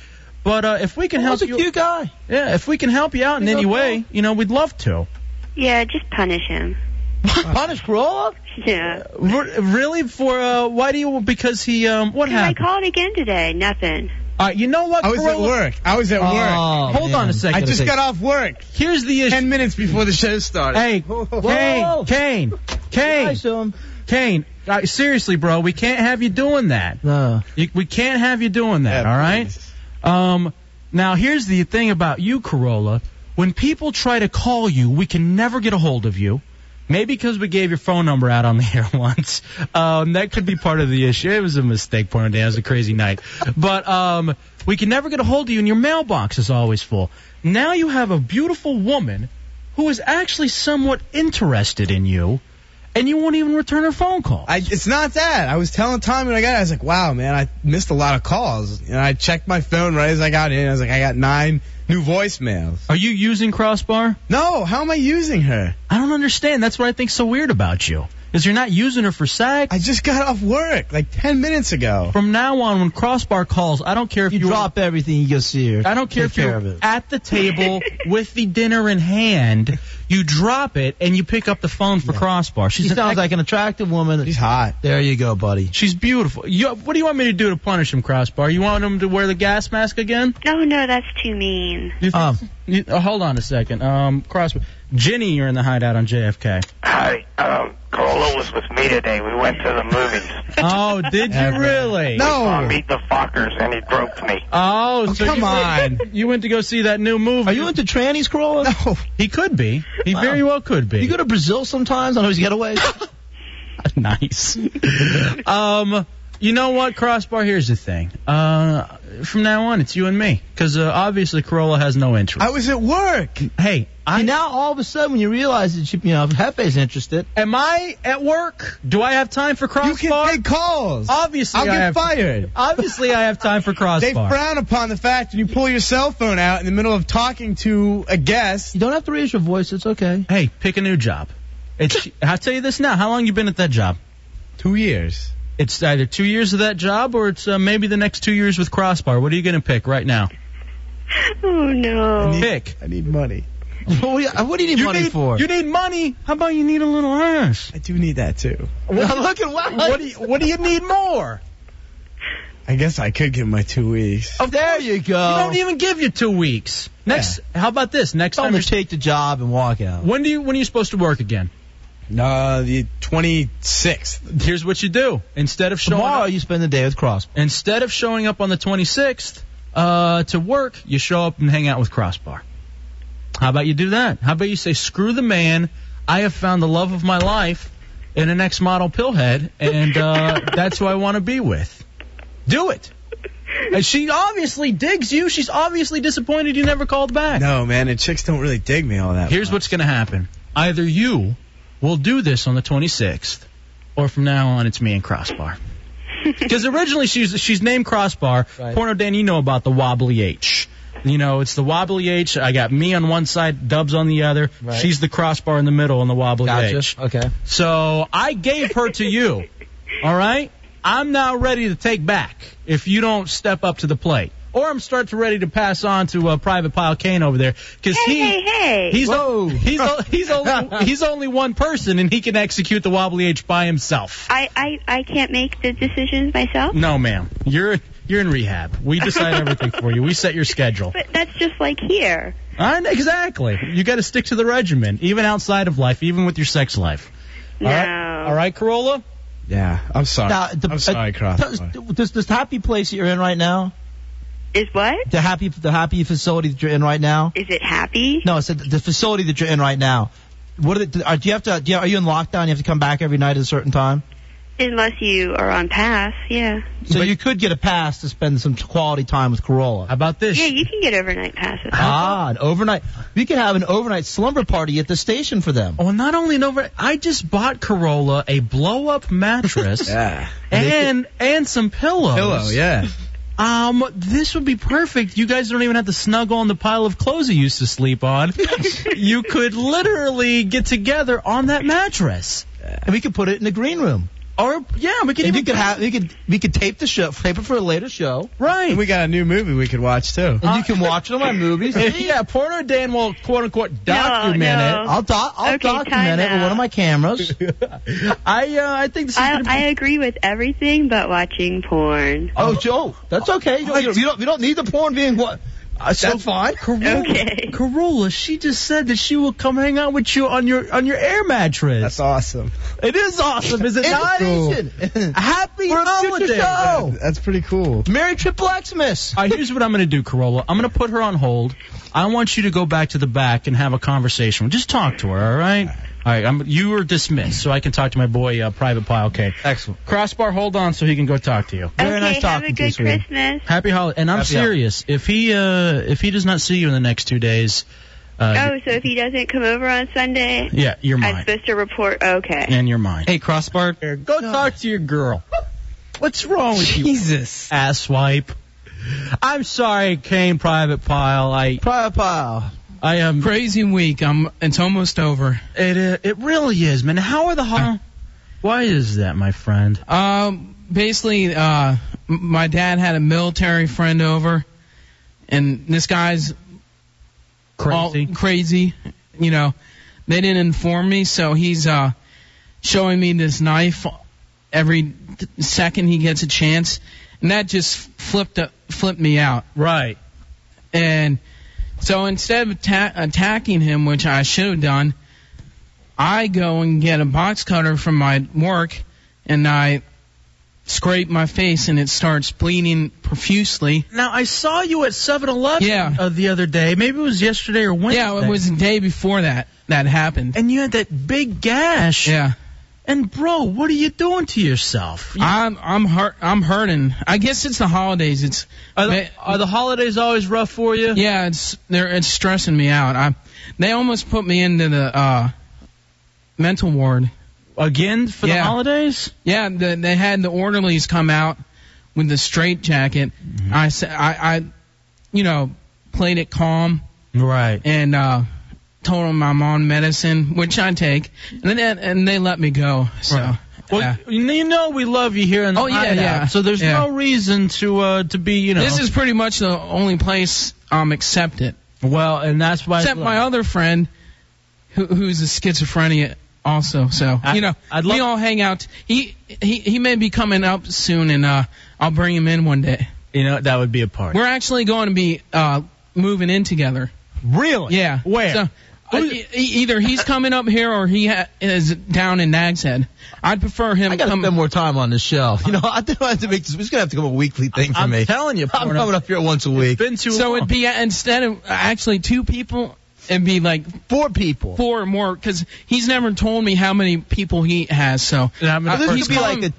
S7: But uh, if we can help
S18: He's a
S7: you,
S18: cute guy.
S7: yeah, if we can help you out in
S19: He's
S7: any
S19: okay.
S7: way, you know, we'd love to.
S19: Yeah, just punish him.
S18: Punish Corolla?
S19: Yeah.
S7: Re- Really? For uh, why do you? Because he um, what
S19: Did I
S7: happened?
S19: call it again today? Nothing.
S7: All right, you know what?
S13: I was at
S7: Corolla?
S13: work. I was at
S7: Oh,
S13: work.
S7: Hold on a second.
S13: I just got
S7: off.
S13: off work.
S7: Here's the issue.
S13: Ten minutes before the show started.
S7: Hey,
S13: Whoa.
S7: Kane, Kane, Kane, Kane. all right, seriously, bro, we can't have you doing that.
S18: No.
S7: You, we can't have you doing that. all right. Um. Now here's the thing about you, Corolla. When people try to call you, we can never get a hold of you. Maybe because we gave your phone number out on the air once. Um, that could be part of the issue. It was a mistake, Porno Dan. It was a crazy night. But um, we can never get a hold of you, and your mailbox is always full. Now you have a beautiful woman who is actually somewhat interested in you, and you won't even return her phone call.
S13: I, it's not that. I was telling Tommy when I got it, I was like, wow, man, I missed a lot of calls. And I checked my phone right as I got in. I was like, I got nine new voicemails.
S7: Are you using Crossbar?
S13: No, how am I using her?
S7: I don't understand. That's what I think's so weird about you. is you're not using her for sex.
S13: I just got off work like 10 minutes ago.
S7: From now on, when Crossbar calls, I don't care if you,
S18: drop everything you go see her.
S7: I don't care
S18: Take
S7: if you're
S18: care of it.
S7: at the table with the dinner in hand. You drop it and you pick up the phone for Crossbar. She's
S18: She
S7: an
S18: sounds
S7: ex-
S18: like an attractive woman. She's hot. There you go, buddy.
S7: She's beautiful. You, what do you want me to do to punish him, Crossbar? You want him to wear the gas mask again?
S19: No, Oh, no, that's too mean.
S7: You think-
S18: Um,
S7: you- oh, hold on a second. Um, Crossbar, Jenny, you're in the hideout on JFK.
S1: Hi, um, Corolla was with me today. We went to the movies.
S7: Oh, did you really?
S1: No. Meet the Fockers, and he groped me.
S7: Oh, so
S1: come
S7: you went- you went to go see that new movie.
S18: Are you into trannies, Corolla? No.
S7: He could be. He
S18: Wow.
S7: very well could be.
S18: You go to Brazil sometimes on those getaways?
S7: nice. um, you know what, Crossbar? Here's the thing. Uh, from now on, it's you and me, because uh, obviously Corolla has no interest.
S13: I was at work.
S7: Hey, I
S18: and now all of a sudden when you realize that you, you know Hefe's interested.
S7: Am I at work? Do I have time for Crossbar?
S13: You can take calls.
S7: Obviously,
S13: I'll
S7: I
S13: get
S7: have-
S13: fired.
S7: Obviously, I have time for Crossbar.
S13: They frown upon the fact that you pull your cell phone out in the middle of talking to a guest.
S18: You don't have to raise your voice. It's okay.
S7: Hey, pick a new job. It's, I'll tell you this now. How long you been at that job?
S13: Two years.
S7: It's either two years of that job, or it's uh, maybe the next two years with Crossbar. What are you going to pick right now?
S19: Oh no.
S7: Pick.
S13: I need money.
S18: what, do you, what do you need
S7: You
S18: money
S7: need-
S18: for?
S7: You need money. How about you need a little ass?
S13: I do need that too.
S18: Look at what?
S7: What do you, what do you need more?
S13: I guess I could give my two weeks.
S18: Oh, there you
S7: You
S18: go.
S7: don't even give you two weeks. Next, how about this? Next
S18: Tell
S7: time,
S18: them
S7: you're,
S18: to take the job and walk out.
S7: when do you when are you supposed to work again?
S13: Uh, the 26th.
S7: Here's what you do. Instead of showing
S18: Tomorrow
S7: up,
S18: you spend the day with Cross.
S7: instead of showing up on the 26th uh, to work, you show up and hang out with Crossbar. How about you do that? How about you say, "Screw the man, I have found the love of my life in an ex-model pillhead, and uh, that's who I want to be with." Do it. And she obviously digs you. She's obviously disappointed you never called back.
S13: No, man, and chicks don't really dig me all that
S7: Here's what's going to happen. Either you will do this on the 26th, or from now on, it's me and Crossbar. Because originally she's she's named Crossbar.
S18: Right.
S7: Porno Dan, you know about the wobbly H. You know, it's the wobbly H. I got me on one side, Dubs on the other.
S18: Right.
S7: She's the crossbar in the middle on the wobbly
S18: Gotcha.
S7: H.
S18: Okay.
S7: So I gave her to you. All right? I'm now ready to take back if you don't step up to the plate. Or I'm start to ready to pass on to uh, Private Pile Kane over there because
S19: Hey,
S7: he
S19: hey, hey.
S7: he's
S18: Whoa.
S7: o- he's o- he's only he's only one person and he can execute the wobbly H by himself.
S19: I, I, I can't make the decisions myself.
S7: No, ma'am, you're you're in rehab. We decide everything for you. We set your schedule.
S19: But that's just like here.
S7: I know- exactly. You got to stick to the regimen, even outside of life, even with your sex life.
S19: No.
S7: All right, all right, Corolla.
S13: Yeah, I'm sorry.
S18: Now, the-
S13: I'm sorry,
S18: uh,
S13: Cross.
S18: does, does this happy place that you're in right now,
S19: Is what?
S18: the happy the happy facility that you're in right now?
S19: Is it happy?
S18: No, I said the facility that you're in right now. What are, the, are do you have to? Do you, are you in lockdown? You have to come back every night at a certain time.
S19: Unless you are on pass, yeah.
S18: So you could get a pass to spend some quality time with Corolla.
S7: How about this?
S19: Yeah, you can get overnight passes.
S18: Ah, an overnight. We could have an overnight slumber party at the station for them.
S7: Well, not only an over, I just bought Corolla a blow up mattress
S13: Yeah.
S7: and and some pillows.
S13: Pillow, yeah.
S7: Um, this would be perfect. You guys don't even have to snuggle on the pile of clothes you used to sleep on. you could literally get together on that mattress.
S18: And we could put it in the green room.
S7: Or yeah, we could
S18: And
S7: even
S18: you could have we could we could tape the show, tape it for a later show.
S7: right.
S13: And we got a new movie we could watch too.
S18: And you can watch it on my movies.
S7: yeah, Porno Dan will quote unquote document
S19: no.
S18: I'll, do- I'll
S19: Okay, time
S18: document it with one
S19: out.
S18: of my cameras.
S7: it. I uh, I think this is
S19: I,
S7: gonna be-
S19: I agree with everything but watching porn.
S18: Oh, Joe, that's okay.
S7: Oh,
S18: You don't, you don't, you don't need the porn being what?
S7: Uh, so
S18: That's fine.
S7: Corolla,
S19: Okay.
S7: Corolla, she just said that she will come hang out with you on your on your air mattress.
S13: That's awesome.
S7: It is awesome, is it not?
S18: Innovation.
S7: Happy
S18: We're on with the
S7: holidays.
S18: show.
S13: That's pretty cool.
S18: Merry Triple Xmas.
S7: All right, here's what I'm going to do, Corolla. I'm going to put her on hold. I want you to go back to the back and have a conversation. Just talk to her, all right? All right, I'm, you are dismissed, so I can talk to my boy, uh, Private Pile K.
S18: Excellent.
S7: Crossbar, hold on so he can go talk to you.
S18: Very
S19: okay,
S18: nice
S19: have
S18: talking
S19: a
S18: to you,
S19: good
S18: sweetie.
S19: Christmas.
S7: Happy holiday. And I'm
S18: Happy hol-
S7: serious. If he uh, if he does not see you in the next two days, uh,
S19: Oh, so if he doesn't come over on Sunday,
S7: yeah, you're
S19: I'm
S7: mine.
S19: supposed to report. Okay.
S7: And you're mine.
S8: Hey, Crossbar.
S7: Go talk to your girl. What's wrong with you,
S8: Jesus.
S7: asswipe? I'm sorry, Kane Private Pile. I
S18: Private pile.
S7: I am.
S20: Crazy week. I'm. It's almost over.
S7: It uh, it really is, man. How are the ho- Why is that, my friend?
S20: Um, basically, uh, m- my dad had a military friend over, and this guy's crazy. All crazy, you know. They didn't inform me, so he's uh, showing me this knife every t- second he gets a chance, and that just flipped up, flipped me out.
S7: Right.
S20: And so instead of atta- attacking him, which I should have done, I go and get a box cutter from my work, and I scrape my face, and it starts bleeding profusely.
S7: Now I saw you at 7-Eleven uh, the other day. Maybe it was yesterday or Wednesday.
S20: Yeah, it was the day before that that happened.
S7: And you had that big gash.
S20: Yeah.
S7: And bro, what are you doing to yourself?
S20: I'm I'm hurt I'm hurting. I guess it's the holidays. It's
S7: are the, are the holidays always rough for you?
S20: Yeah, it's they're it's stressing me out. I they almost put me into the uh mental ward
S7: again for
S20: Yeah.
S7: the holidays.
S20: Yeah, the, they had the orderlies come out with the straight jacket.
S7: Mm-hmm.
S20: I sa I, I, you know, played it calm
S7: Right.
S20: and uh, told them I'm on medicine, which I take, and then and they let me go. So
S7: Well, you know we love you here in the
S20: Oh, yeah,
S7: hideout,
S20: yeah.
S7: So there's
S20: Yeah.
S7: no reason to uh, to be you know.
S20: this is pretty much the only place I'm accepted,
S7: well, and that's why.
S20: except my other friend, who, who's a schizophrenia also. So
S7: I-
S20: you know,
S7: I'd love-
S20: we all hang out. He he he may be coming up soon, and uh, I'll bring him in one day.
S7: you know that would be a part.
S20: We're actually going to be uh, moving in together.
S7: Really?
S20: Yeah.
S7: Where?
S20: So, I- e- either he's coming up here or he ha- is down in Nag's Head. I'd prefer him.
S18: I gotta
S7: Um,
S18: spend more time on this show. You know, I think I have to make this. It's gonna have to become a weekly thing for
S7: I'm
S18: me.
S7: telling you,
S18: I'm
S7: Porno.
S18: coming up here once a week.
S7: been too
S20: so
S7: long.
S20: it'd be instead of actually two people, it'd be like
S18: Four people.
S20: four or more because he's never told me how many people he has. So
S7: Yeah, I'm gonna
S20: Uh,
S18: This
S20: he's
S18: could be
S20: calling-
S18: like a.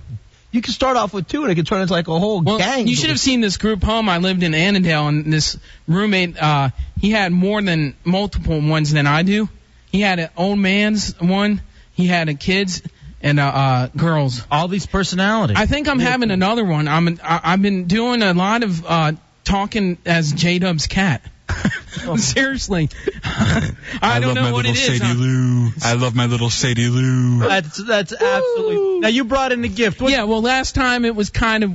S18: You could start off with two, and it could turn into like a whole
S20: Well,
S18: gang.
S20: you should have seen this group home. I lived in Annandale, and this roommate, uh, he had more than multiple ones than I do. He had an old man's one, he had a kid's, and a uh, girl's.
S7: all these personalities.
S20: I think I'm having another one. I'm an, I, I've been doing a lot of uh, talking as J Dub's cat. Seriously, I,
S16: love my
S20: don't know what
S16: little
S20: it is.
S16: Sadie Lou. I love my little Sadie Lou.
S7: That's that's absolutely. Now you brought in a gift. What,
S20: Yeah, well, last time it was kind of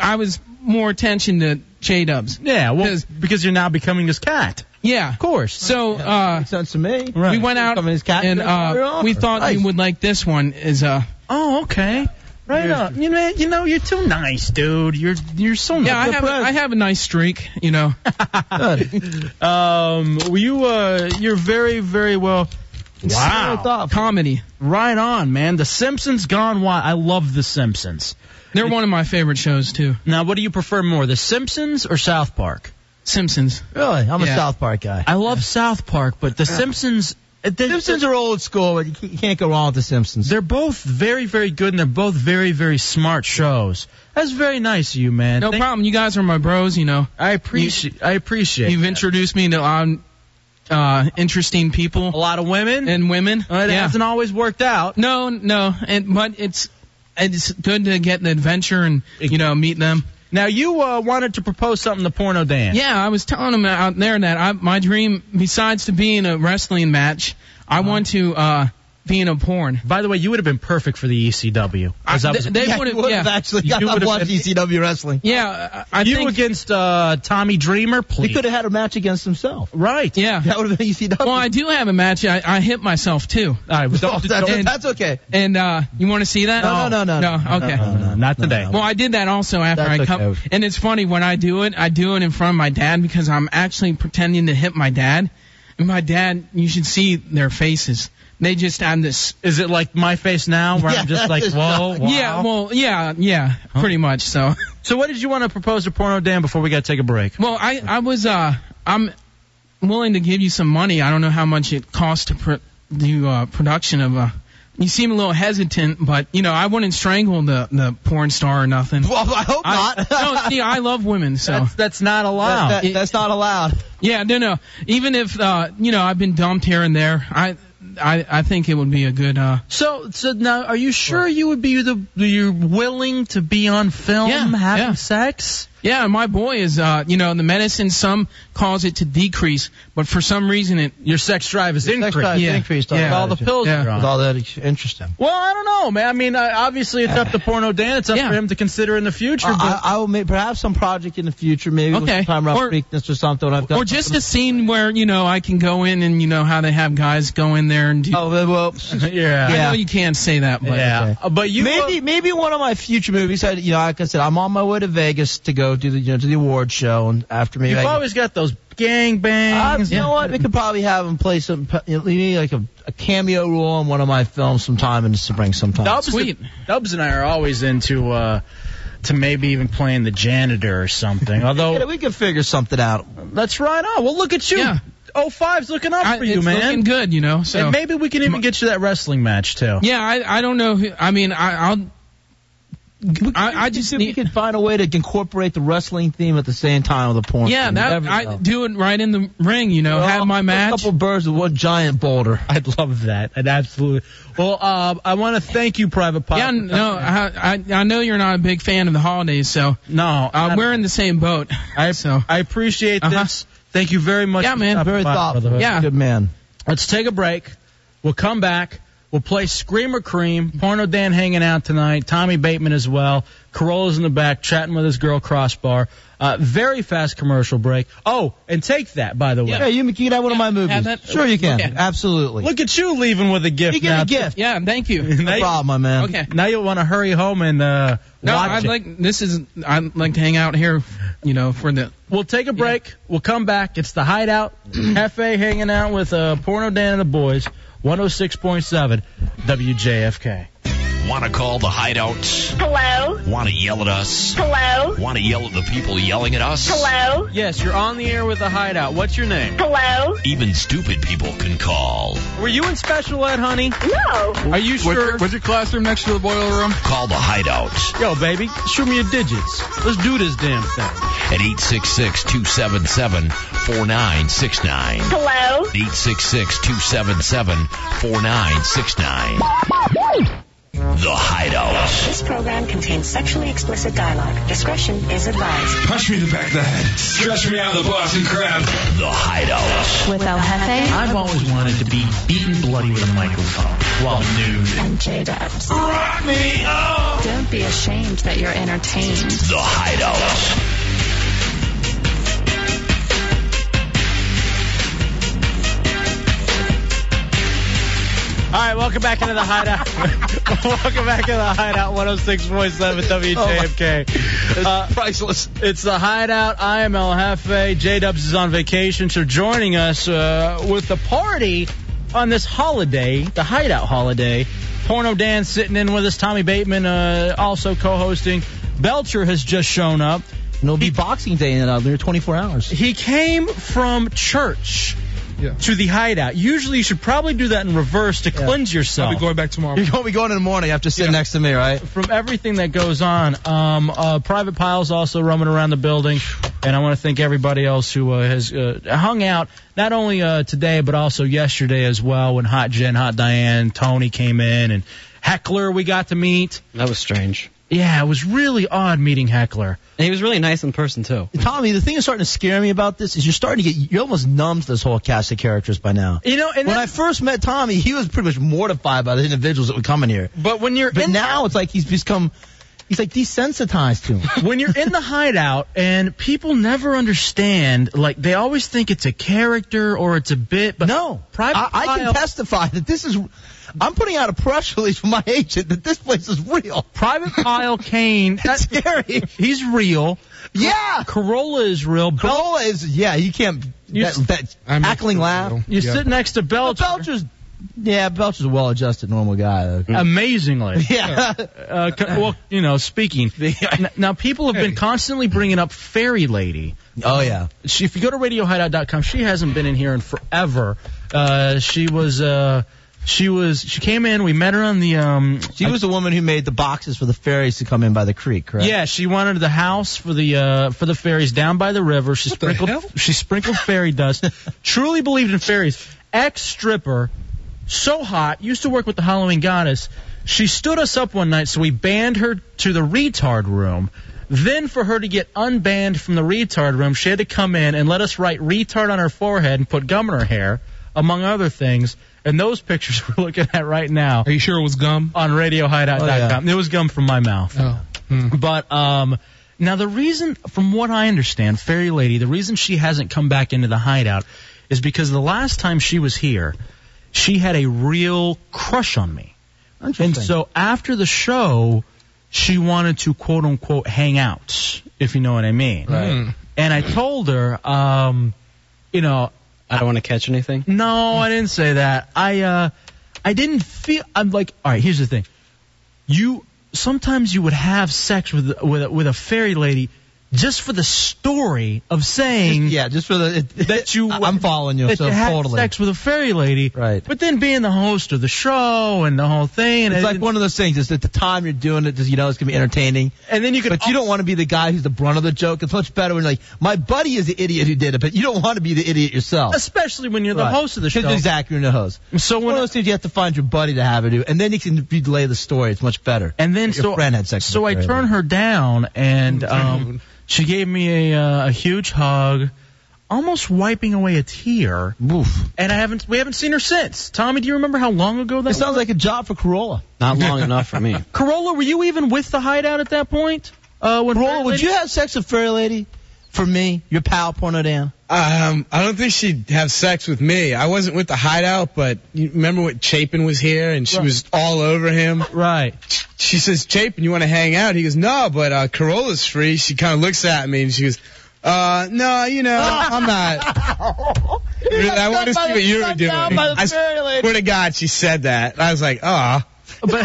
S20: I was more attention to J Dub's.
S7: Yeah. Well, because you're now becoming this cat.
S20: Yeah,
S7: Of course.
S20: so uh,
S18: sense to me.
S7: Right.
S20: we went out
S18: Coming as cat
S20: and
S18: food,
S20: uh,
S18: whatever.
S20: we thought
S18: Nice.
S20: you would like this one. Is uh
S7: Oh, okay. Right
S20: Here's
S7: on. You know, you know, you're too nice, dude. You're you're so nice.
S20: yeah, I have a, I have a nice streak, you know.
S7: Good. um, well, you uh, you're very very well.
S18: Wow.
S20: Comedy,
S7: Right on, man. The Simpsons gone wild. I love The Simpsons.
S20: they're one of my favorite shows too.
S7: Now, what do you prefer more, The Simpsons or South Park?
S20: Simpsons.
S18: Really, I'm
S20: Yeah.
S18: a South Park guy.
S7: I love South Park, but The Simpsons. uh, They're,
S18: Simpsons are old school, but you can't- you can't go wrong with the Simpsons.
S7: they're both very, very good, and they're both very, very smart shows. That's very nice of you, man.
S20: No
S7: Thank-
S20: problem. You guys are my bros, you know.
S7: I appreciate. I appreciate.
S20: You've introduced me to um, uh, interesting
S7: a
S20: people
S7: lot of women.
S20: and women.
S7: Uh, it
S20: Yeah.
S7: hasn't always worked out.
S20: No, no, and, but it's it's good to get an adventure and you know meet them.
S7: Now you uh, wanted to propose something to Porno Dan.
S20: Yeah, I was telling him out there that I, my dream, besides to be in a wrestling match, I want to uh, be in a porn.
S7: Uh-huh. By the way, you would have been perfect for the E ECW. As I
S20: I-
S7: was-
S20: they
S18: Yeah,
S20: would
S18: you would have
S20: yeah,
S18: actually
S7: You
S18: got
S7: would
S18: to
S7: have
S18: watch
S7: been-
S18: ECW wrestling.
S20: yeah. I I
S7: you
S20: think
S7: against uh, Tommy Dreamer, please.
S18: He could have had a match against himself.
S7: Right.
S20: yeah.
S18: That would have been ECW.
S20: Well, I do have a match. I, I hit myself too.
S7: All right, well, don't-
S18: Oh, that's,
S7: don't-
S18: that's okay.
S20: And uh, you want to see that?
S18: No, no, no, no, no,
S20: okay.
S18: no, no, no.
S7: not today.
S20: Well, I did that also after
S18: That's
S20: I come.
S18: okay.
S20: And it's funny when I do it, I do it in front of my dad because I'm actually pretending to hit my dad. And my dad, you should see their faces. They just I'm this.
S7: Is it like my face now, where
S18: Yeah,
S7: I'm just like,
S18: that's
S7: whoa, wow.
S20: Yeah, well, yeah, yeah, pretty much. So,
S7: So, what did you want to propose to Porno Dan before we got to take a break?
S20: well, I I was uh I'm willing to give you some money. I don't know how much it costs to pr- do uh, production of a. You seem a little hesitant, but you know I wouldn't strangle the the porn star or nothing.
S18: Well, I hope
S20: I,
S18: not.
S20: no, see, I love women, so
S7: That's, that's not allowed.
S18: That- that- that's not allowed.
S20: Yeah, no, no. Even if uh, you know I've been dumped here and there, I, I, I think it would be a good. Uh,
S7: so, so now, are you sure you would be the you're willing to be on film
S20: Yeah,
S7: having
S20: yeah.
S7: sex?
S20: Yeah, my boy is, uh, you know, the medicine, some cause it to decrease, but for some reason it.
S7: Your sex drive is
S20: increased.
S18: Sex drive
S20: yeah.
S18: increased
S20: yeah.
S18: all the pills
S20: Yeah.
S18: you're on.
S20: With all
S18: that interesting.
S7: Well, I don't know, man. I mean, uh, obviously it's up to Porno Dan. It's up for him to consider in the future.
S18: I,
S7: But
S18: I, I will make perhaps some project in the future, maybe with
S20: Okay.
S18: some time
S20: Or-
S18: around weakness or something. when I've got
S20: Or just a scene where, you know, I can go in and, you know, how they have guys go in there and do. Oh,
S18: well.
S7: yeah.
S20: I
S18: Yeah.
S20: know you can't say that, but.
S18: Yeah.
S7: uh, but you
S18: maybe maybe one of my future movies. I, you know, like I said, I'm on my way to Vegas to go do the you know to the award show, and after me,
S7: you've
S18: I,
S7: always got those gang
S18: Uh, you
S7: bangs.
S18: know what? We could probably have him play some, you know, maybe like a, a cameo role in one of my films sometime in the spring, sometime.
S7: Dubs, Dubs and I are always into uh, to maybe even playing the janitor or something. Although
S18: Yeah, we could figure something out.
S7: That's right on. Well, look at you.
S20: Yeah.
S7: Oh five's looking up
S20: I-
S7: for you,
S20: it's
S7: man.
S20: looking good, you know, so-
S7: and maybe we can even get you that wrestling match too.
S20: Yeah, I, I don't know. Who, I mean, I, I'll. I, I just
S18: See if we
S20: need.
S18: could find a way to incorporate the wrestling theme at the same time with the porn.
S20: Yeah,
S18: theme.
S20: that
S18: Never
S20: I
S18: know.
S20: do it right in the ring, you know, have my match.
S18: A couple birds with one giant boulder.
S7: I'd love that. I'd absolutely. Well, uh, I want to thank you, Private Pop.
S20: Yeah, no, I, I I know you're not a big fan of the holidays, so
S7: no,
S20: uh, we're in the same boat.
S7: I
S20: so Uh-huh.
S7: I appreciate this. Thank you very much.
S20: Yeah,
S7: for
S20: man.
S7: stopping
S20: Very
S7: by,
S20: thoughtful.
S7: brother.
S20: Yeah.
S18: Good man.
S7: Let's take a break. We'll come back. We'll play Screamer Cream. Porno Dan hanging out tonight. Tommy Bateman as well. Corolla's in the back chatting with his girl Crossbar. Uh, very fast commercial break. Oh, and take that by the way.
S18: Yeah, you can have one of my movies.
S7: that-
S18: Sure, you can.
S7: Okay.
S18: Absolutely.
S7: Look at you leaving with a gift.
S18: You get a
S7: now.
S18: gift.
S20: Yeah, thank you.
S7: Now you-
S18: problem, my man.
S20: Okay.
S7: Now you'll want to hurry home and uh,
S20: No,
S7: watch
S20: I'd
S7: it.
S20: like this is I'd like to hang out here, you know, for the
S7: We'll take a break. We'll come back. It's the Hideout. Hefe hanging out with uh, Porno Dan and the boys. 106.7 WJFK.
S2: Want to call the hideout?
S3: Hello?
S2: Want to yell at us?
S3: Hello?
S2: Want to yell at the people yelling at us?
S3: Hello?
S7: Yes, you're on the air with the Hideout. What's your name?
S3: Hello?
S2: Even stupid people can call.
S7: Were you in special ed, honey?
S3: No.
S7: Are you sure?
S16: Was your, was your classroom next to the boiler room?
S2: Call the hideout
S7: Yo, baby, show me your digits. Let's do this damn thing.
S2: at 866 277 4969.
S3: Hello?
S2: 866 277 4969. The Hideout.
S21: This program contains sexually explicit dialogue. Discretion is advised.
S16: Punch me in the back of the head. Stretch me out of the Boston crab.
S2: The Hideout.
S5: With El Jefe.
S22: I've always wanted to be beaten bloody with a microphone while nude.
S5: And J Dubs.
S2: Rock me up!
S5: Don't be ashamed that you're entertained.
S2: The Hideout.
S7: All right, welcome back into the Hideout. welcome back into the Hideout 106.7 WJFK.
S13: Oh
S7: it's
S2: priceless.
S7: It's the Hideout. I am El Jefe. J Dubs is on vacation, so joining us uh, with the party on this holiday, the Hideout holiday. Porno Dan sitting in with us. Tommy Bateman uh, also co-hosting. Belcher has just shown up.
S18: And it'll be Boxing Day in another 24 hours.
S7: He came from church to the hideout. Usually, you should probably do that in reverse to cleanse yourself.
S18: I'll be going
S7: back tomorrow.
S18: You're going to be going in the morning. You have to sit next to me, right?
S7: From everything that goes on, um, uh, Private Pile's also roaming around the building, and I want to thank everybody else who uh, has uh, hung out, not only uh, today, but also yesterday as well when Hot Jen, Hot Diane, Tony came in, and Heckler we got to meet.
S8: That was strange.
S7: Yeah, it was really odd meeting Heckler.
S8: And he was really nice in person too.
S18: Tommy, the thing that's starting to scare me about this is you're starting to get, you're almost numb to this whole cast of characters by now.
S7: You know, and
S18: when I first met Tommy, he was pretty much mortified by the individuals that would come in here.
S7: But when you're
S18: but now it's like he's become, he's like desensitized to him.
S7: when you're in the hideout and people never understand, like they always think it's a character or it's a bit, but
S18: no,
S7: private.
S18: I, I
S7: Pile-
S18: can testify that this is. I'm putting out a press release from my agent that this place is real.
S7: Private Kyle Kane. That's
S18: scary.
S7: He's real.
S18: Yeah.
S7: Corolla is real. Bel-
S18: Corolla is. Yeah, you can't.
S7: You
S18: that
S7: s-
S18: that cackling laugh.
S7: You sit next to Belcher.
S18: Belcher's. Yeah, Belcher's a well-adjusted, normal guy. though.
S7: Mm. Amazingly.
S18: Yeah.
S7: Uh, c- well, you know, speaking. N- Now, people have been constantly bringing up Fairy Lady.
S18: Oh yeah.
S7: She, if you go to RadioHideout.com, she hasn't been in here in forever. Uh, she was, uh, she was, she came in. We met her on the. Um,
S18: She was the woman who made the boxes for the ferries to come in by the creek, correct?
S7: Yeah, she wanted the house for the uh, for the fairies down by the river. She sprinkled she sprinkled fairy dust. Truly believed in fairies. Ex stripper, so hot, used to work with the Halloween goddess. She stood us up one night, so we banned her to the retard room. Then for her to get unbanned from the retard room, she had to come in and let us write retard on her forehead and put gum in her hair, among other things. And those pictures we're looking at right now. Are
S20: you sure it was gum? Oh,
S7: On RadioHideout.com. It was gum from my mouth.
S20: hmm.
S7: But um, now the reason, from what I understand, Fairy Lady, the reason she hasn't come back into the hideout is because the last time she was here, she had a real crush on me. And so after the show, she wanted to quote unquote hang out, if you know what I mean.
S8: Right. Hmm.
S7: And I told her, um, you know,
S8: I don't want to catch anything.
S7: no, I didn't say that. I uh, I didn't feel. I'm like, all right. Here's the thing. You sometimes you would have sex with with a, with a fairy lady just for the story of saying
S18: yeah, just for the
S7: that you
S18: I'm following you,
S7: that
S18: so
S7: you had
S18: totally.
S7: sex with a fairy lady. Right. But then being the host of the show and the whole thing, and
S18: It's like one of those things. Is at the time you're doing it, you know it's gonna be entertaining.
S7: And then you can,
S18: but you don't want to be the guy who's the brunt of the joke. It's much better when like my buddy is the idiot who did it, but you don't want to be the idiot yourself.
S7: especially when you're the
S18: Right.
S7: host of the show.
S18: Exactly, you're the host.
S7: So
S18: one of those things you have to find your buddy to have it do, and then you can relay the story. It's much better.
S7: And then
S18: your
S7: so
S18: friend had sex.
S7: so I turned her down, and um, she gave me a, uh, a huge hug, almost wiping away a tear. And I haven't we haven't seen her since. Tommy, do you remember how long ago that? It sounds
S18: like a job for Corolla.
S8: Not long enough for me.
S7: Corolla, were you even with the hideout at that point? Uh, when
S18: Corolla, would you have sex with Fairy Lady? For me, your pal Porno Dan.
S13: Um, I don't think she'd have sex with me. I wasn't with the hideout, but you remember when Chapin was here and she was all over him?
S7: Right.
S13: She says, Chapin, you want to hang out? He goes, no, but, uh, Corolla's free. She kind of looks at me and she goes, uh, no, you know, I'm not. Really, I want to see what you were doing. I swear to God, she said that. And I was like, ah.
S7: But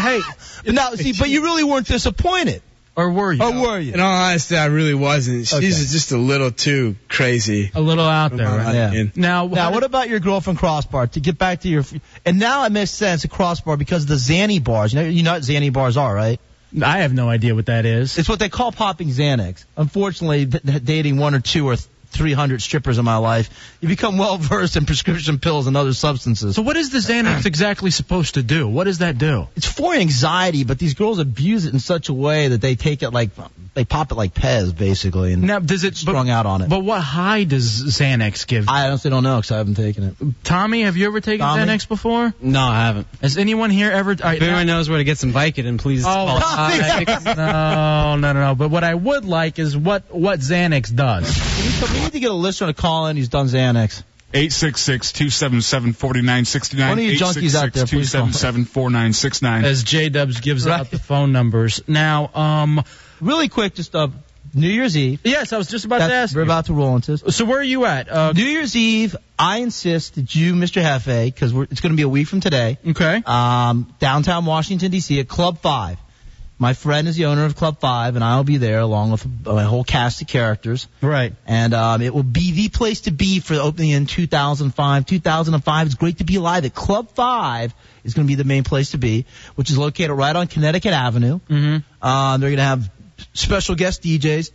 S7: hey,
S18: now see, but you really weren't disappointed.
S7: Or were you?
S18: Or were you?
S13: In all honesty, I really wasn't. She's just a little too crazy.
S7: A little out there, right?
S18: Yeah.
S7: Now,
S18: now, what about your girlfriend crossbar? To get back to your, and now it makes sense a crossbar because of the Xanny bars. You know, you know what Xanny bars are, right?
S7: I have no idea what that is.
S18: It's what they call popping Xanax. Unfortunately, th- th- dating one or two or three hundred strippers in my life, you become well versed in prescription pills and other substances.
S7: So what is the Xanax exactly supposed to do? What does that do?
S18: It's for anxiety, but these girls abuse it in such a way that they take it like they pop it like Pez, basically, and
S7: now, does it
S18: strung out on it.
S7: But what high does Xanax give?
S18: I honestly don't know because I haven't taken it.
S7: Tommy, have you ever taken
S18: Tommy?
S7: Xanax before?
S8: No, I haven't.
S7: Has anyone here ever? all right,
S8: if
S7: Oh,
S8: anyone knows where to get some Vicodin, please call us.
S7: no, no, no, no. But what I would like is what what Xanax does.
S18: We need to get a listener to call in who's done Xanax.
S6: 866-277-4969.
S18: One of you junkies out there, please call.
S6: 866-277-4969.
S7: As J Dubs gives out the phone numbers now. Um,
S18: really quick, just uh, New Year's Eve.
S7: Yes, I was just about to
S18: That's-
S7: ask.
S18: we're
S7: you.
S18: about to roll into this.
S7: So where are you at? Uh,
S18: New Year's Eve, I insist that you, Mr. Hefe, because it's going to be a week from today,
S7: okay.
S18: um, downtown Washington, D.C., at Club 5. My friend is the owner of Club 5, and I'll be there along with my whole cast of characters.
S7: Right.
S18: And um, it will be the place to be for the opening in 2005. 2005, it's great to be alive at Club 5 is going to be the main place to be, which is located right on Connecticut Avenue.
S7: Mm-hmm.
S18: Um, they're going to have special guest DJs.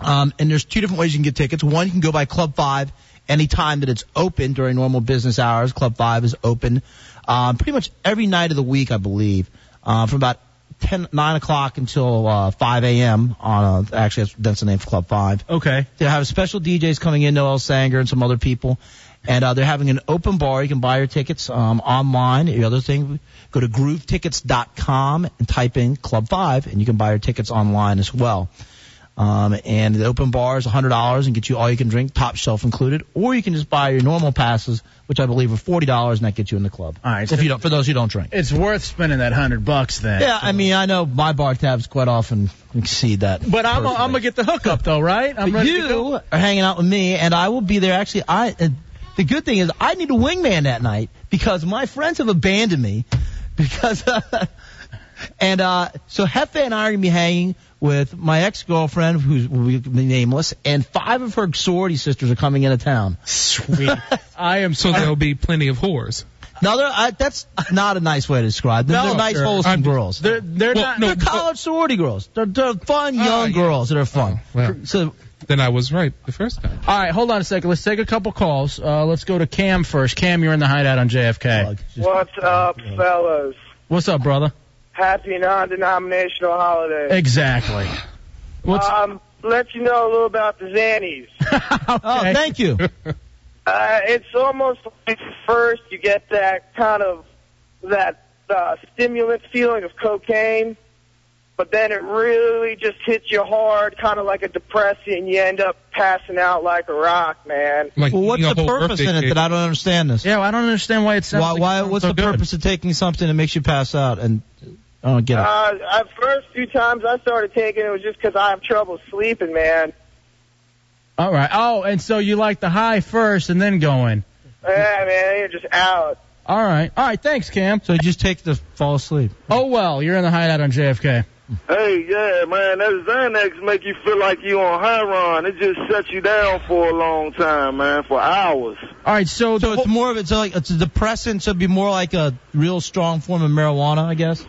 S18: Um, and there's two different ways you can get tickets. One, you can go by Club 5 anytime that it's open during normal business hours. Club 5 is open um, pretty much every night of the week, I believe, uh, from about 10, 9 o'clock until uh, 5 a.m. on uh actually, that's, that's the name for Club 5.
S7: Okay.
S18: They have special DJs coming in, Noel Sanger and some other people. And uh, they're having an open bar. You can buy your tickets um, online. The other thing, go to groovetickets.com and type in Club 5, and you can buy your tickets online as well. Um, and the open bar is $100 and get you all you can drink, top shelf included. Or you can just buy your normal passes, which I believe are $40, and that gets you in the club.
S7: All right.
S18: if you don't, for those who don't drink.
S7: It's worth spending that hundred bucks then.
S18: Yeah, I mean, I know my bar tabs quite often exceed that.
S7: But I'm,
S18: personally.
S7: I'm gonna get the hookup though, right? I'm ready to go.
S18: you are hanging out with me, and I will be there. Actually, I uh, the good thing is I need a wingman that night because my friends have abandoned me. Because and uh, so Hefe and I are gonna be hanging with my ex girlfriend, who's will be nameless, and five of her sorority sisters are coming into town.
S7: Sweet. I am
S20: So there'll be plenty of whores.
S18: Now they're- I, that's not a nice way to describe them.
S20: No,
S18: they're nice,
S20: sure.
S18: wholesome
S20: I'm-
S18: girls.
S7: They're they're
S20: Well,
S7: not. Oh,
S20: no,
S18: They're college sorority girls. They're, they're fun young
S20: yeah.
S18: girls that are fun.
S20: well.
S18: So
S20: Then I was right the first time.
S7: All right, hold on a second. Let's take a couple calls. Uh, let's go to Cam first. Cam, you're in the hideout on JFK.
S4: What's up, fellas?
S7: What's up, brother?
S4: Happy non-denominational holiday.
S7: Exactly.
S4: um, let you know a little about the Xannies.
S18: Oh, thank you.
S4: Uh, it's almost like first you get that kind of that uh, stimulant feeling of cocaine, but then it really just hits you hard, kind of like a depressant, and you end up passing out like a rock, man.
S18: well, what's
S4: eating a
S18: the
S4: whole
S18: purpose
S4: birthday
S18: in it
S4: cake.
S18: that I don't understand this?
S7: Yeah, I don't understand why it's
S18: why. why what's the purpose of taking something that makes you pass out? And I don't get it.
S4: Uh, at first few times I started taking it was just because I have trouble sleeping, man.
S7: All right. Oh, and so you like the high first and then going.
S4: Yeah, man, you're just out.
S7: All right. All right. Thanks, Cam. So
S18: you just take the fall asleep.
S7: Oh well, you're in the hideout on JFK.
S9: Hey, yeah, man, that Xanax make you feel like you on heroin. It just shuts you down for a long time, man, for hours.
S7: All right, so
S18: so it's more of it's like it's a depressant, so it'd be more like a real strong form of marijuana, I guess.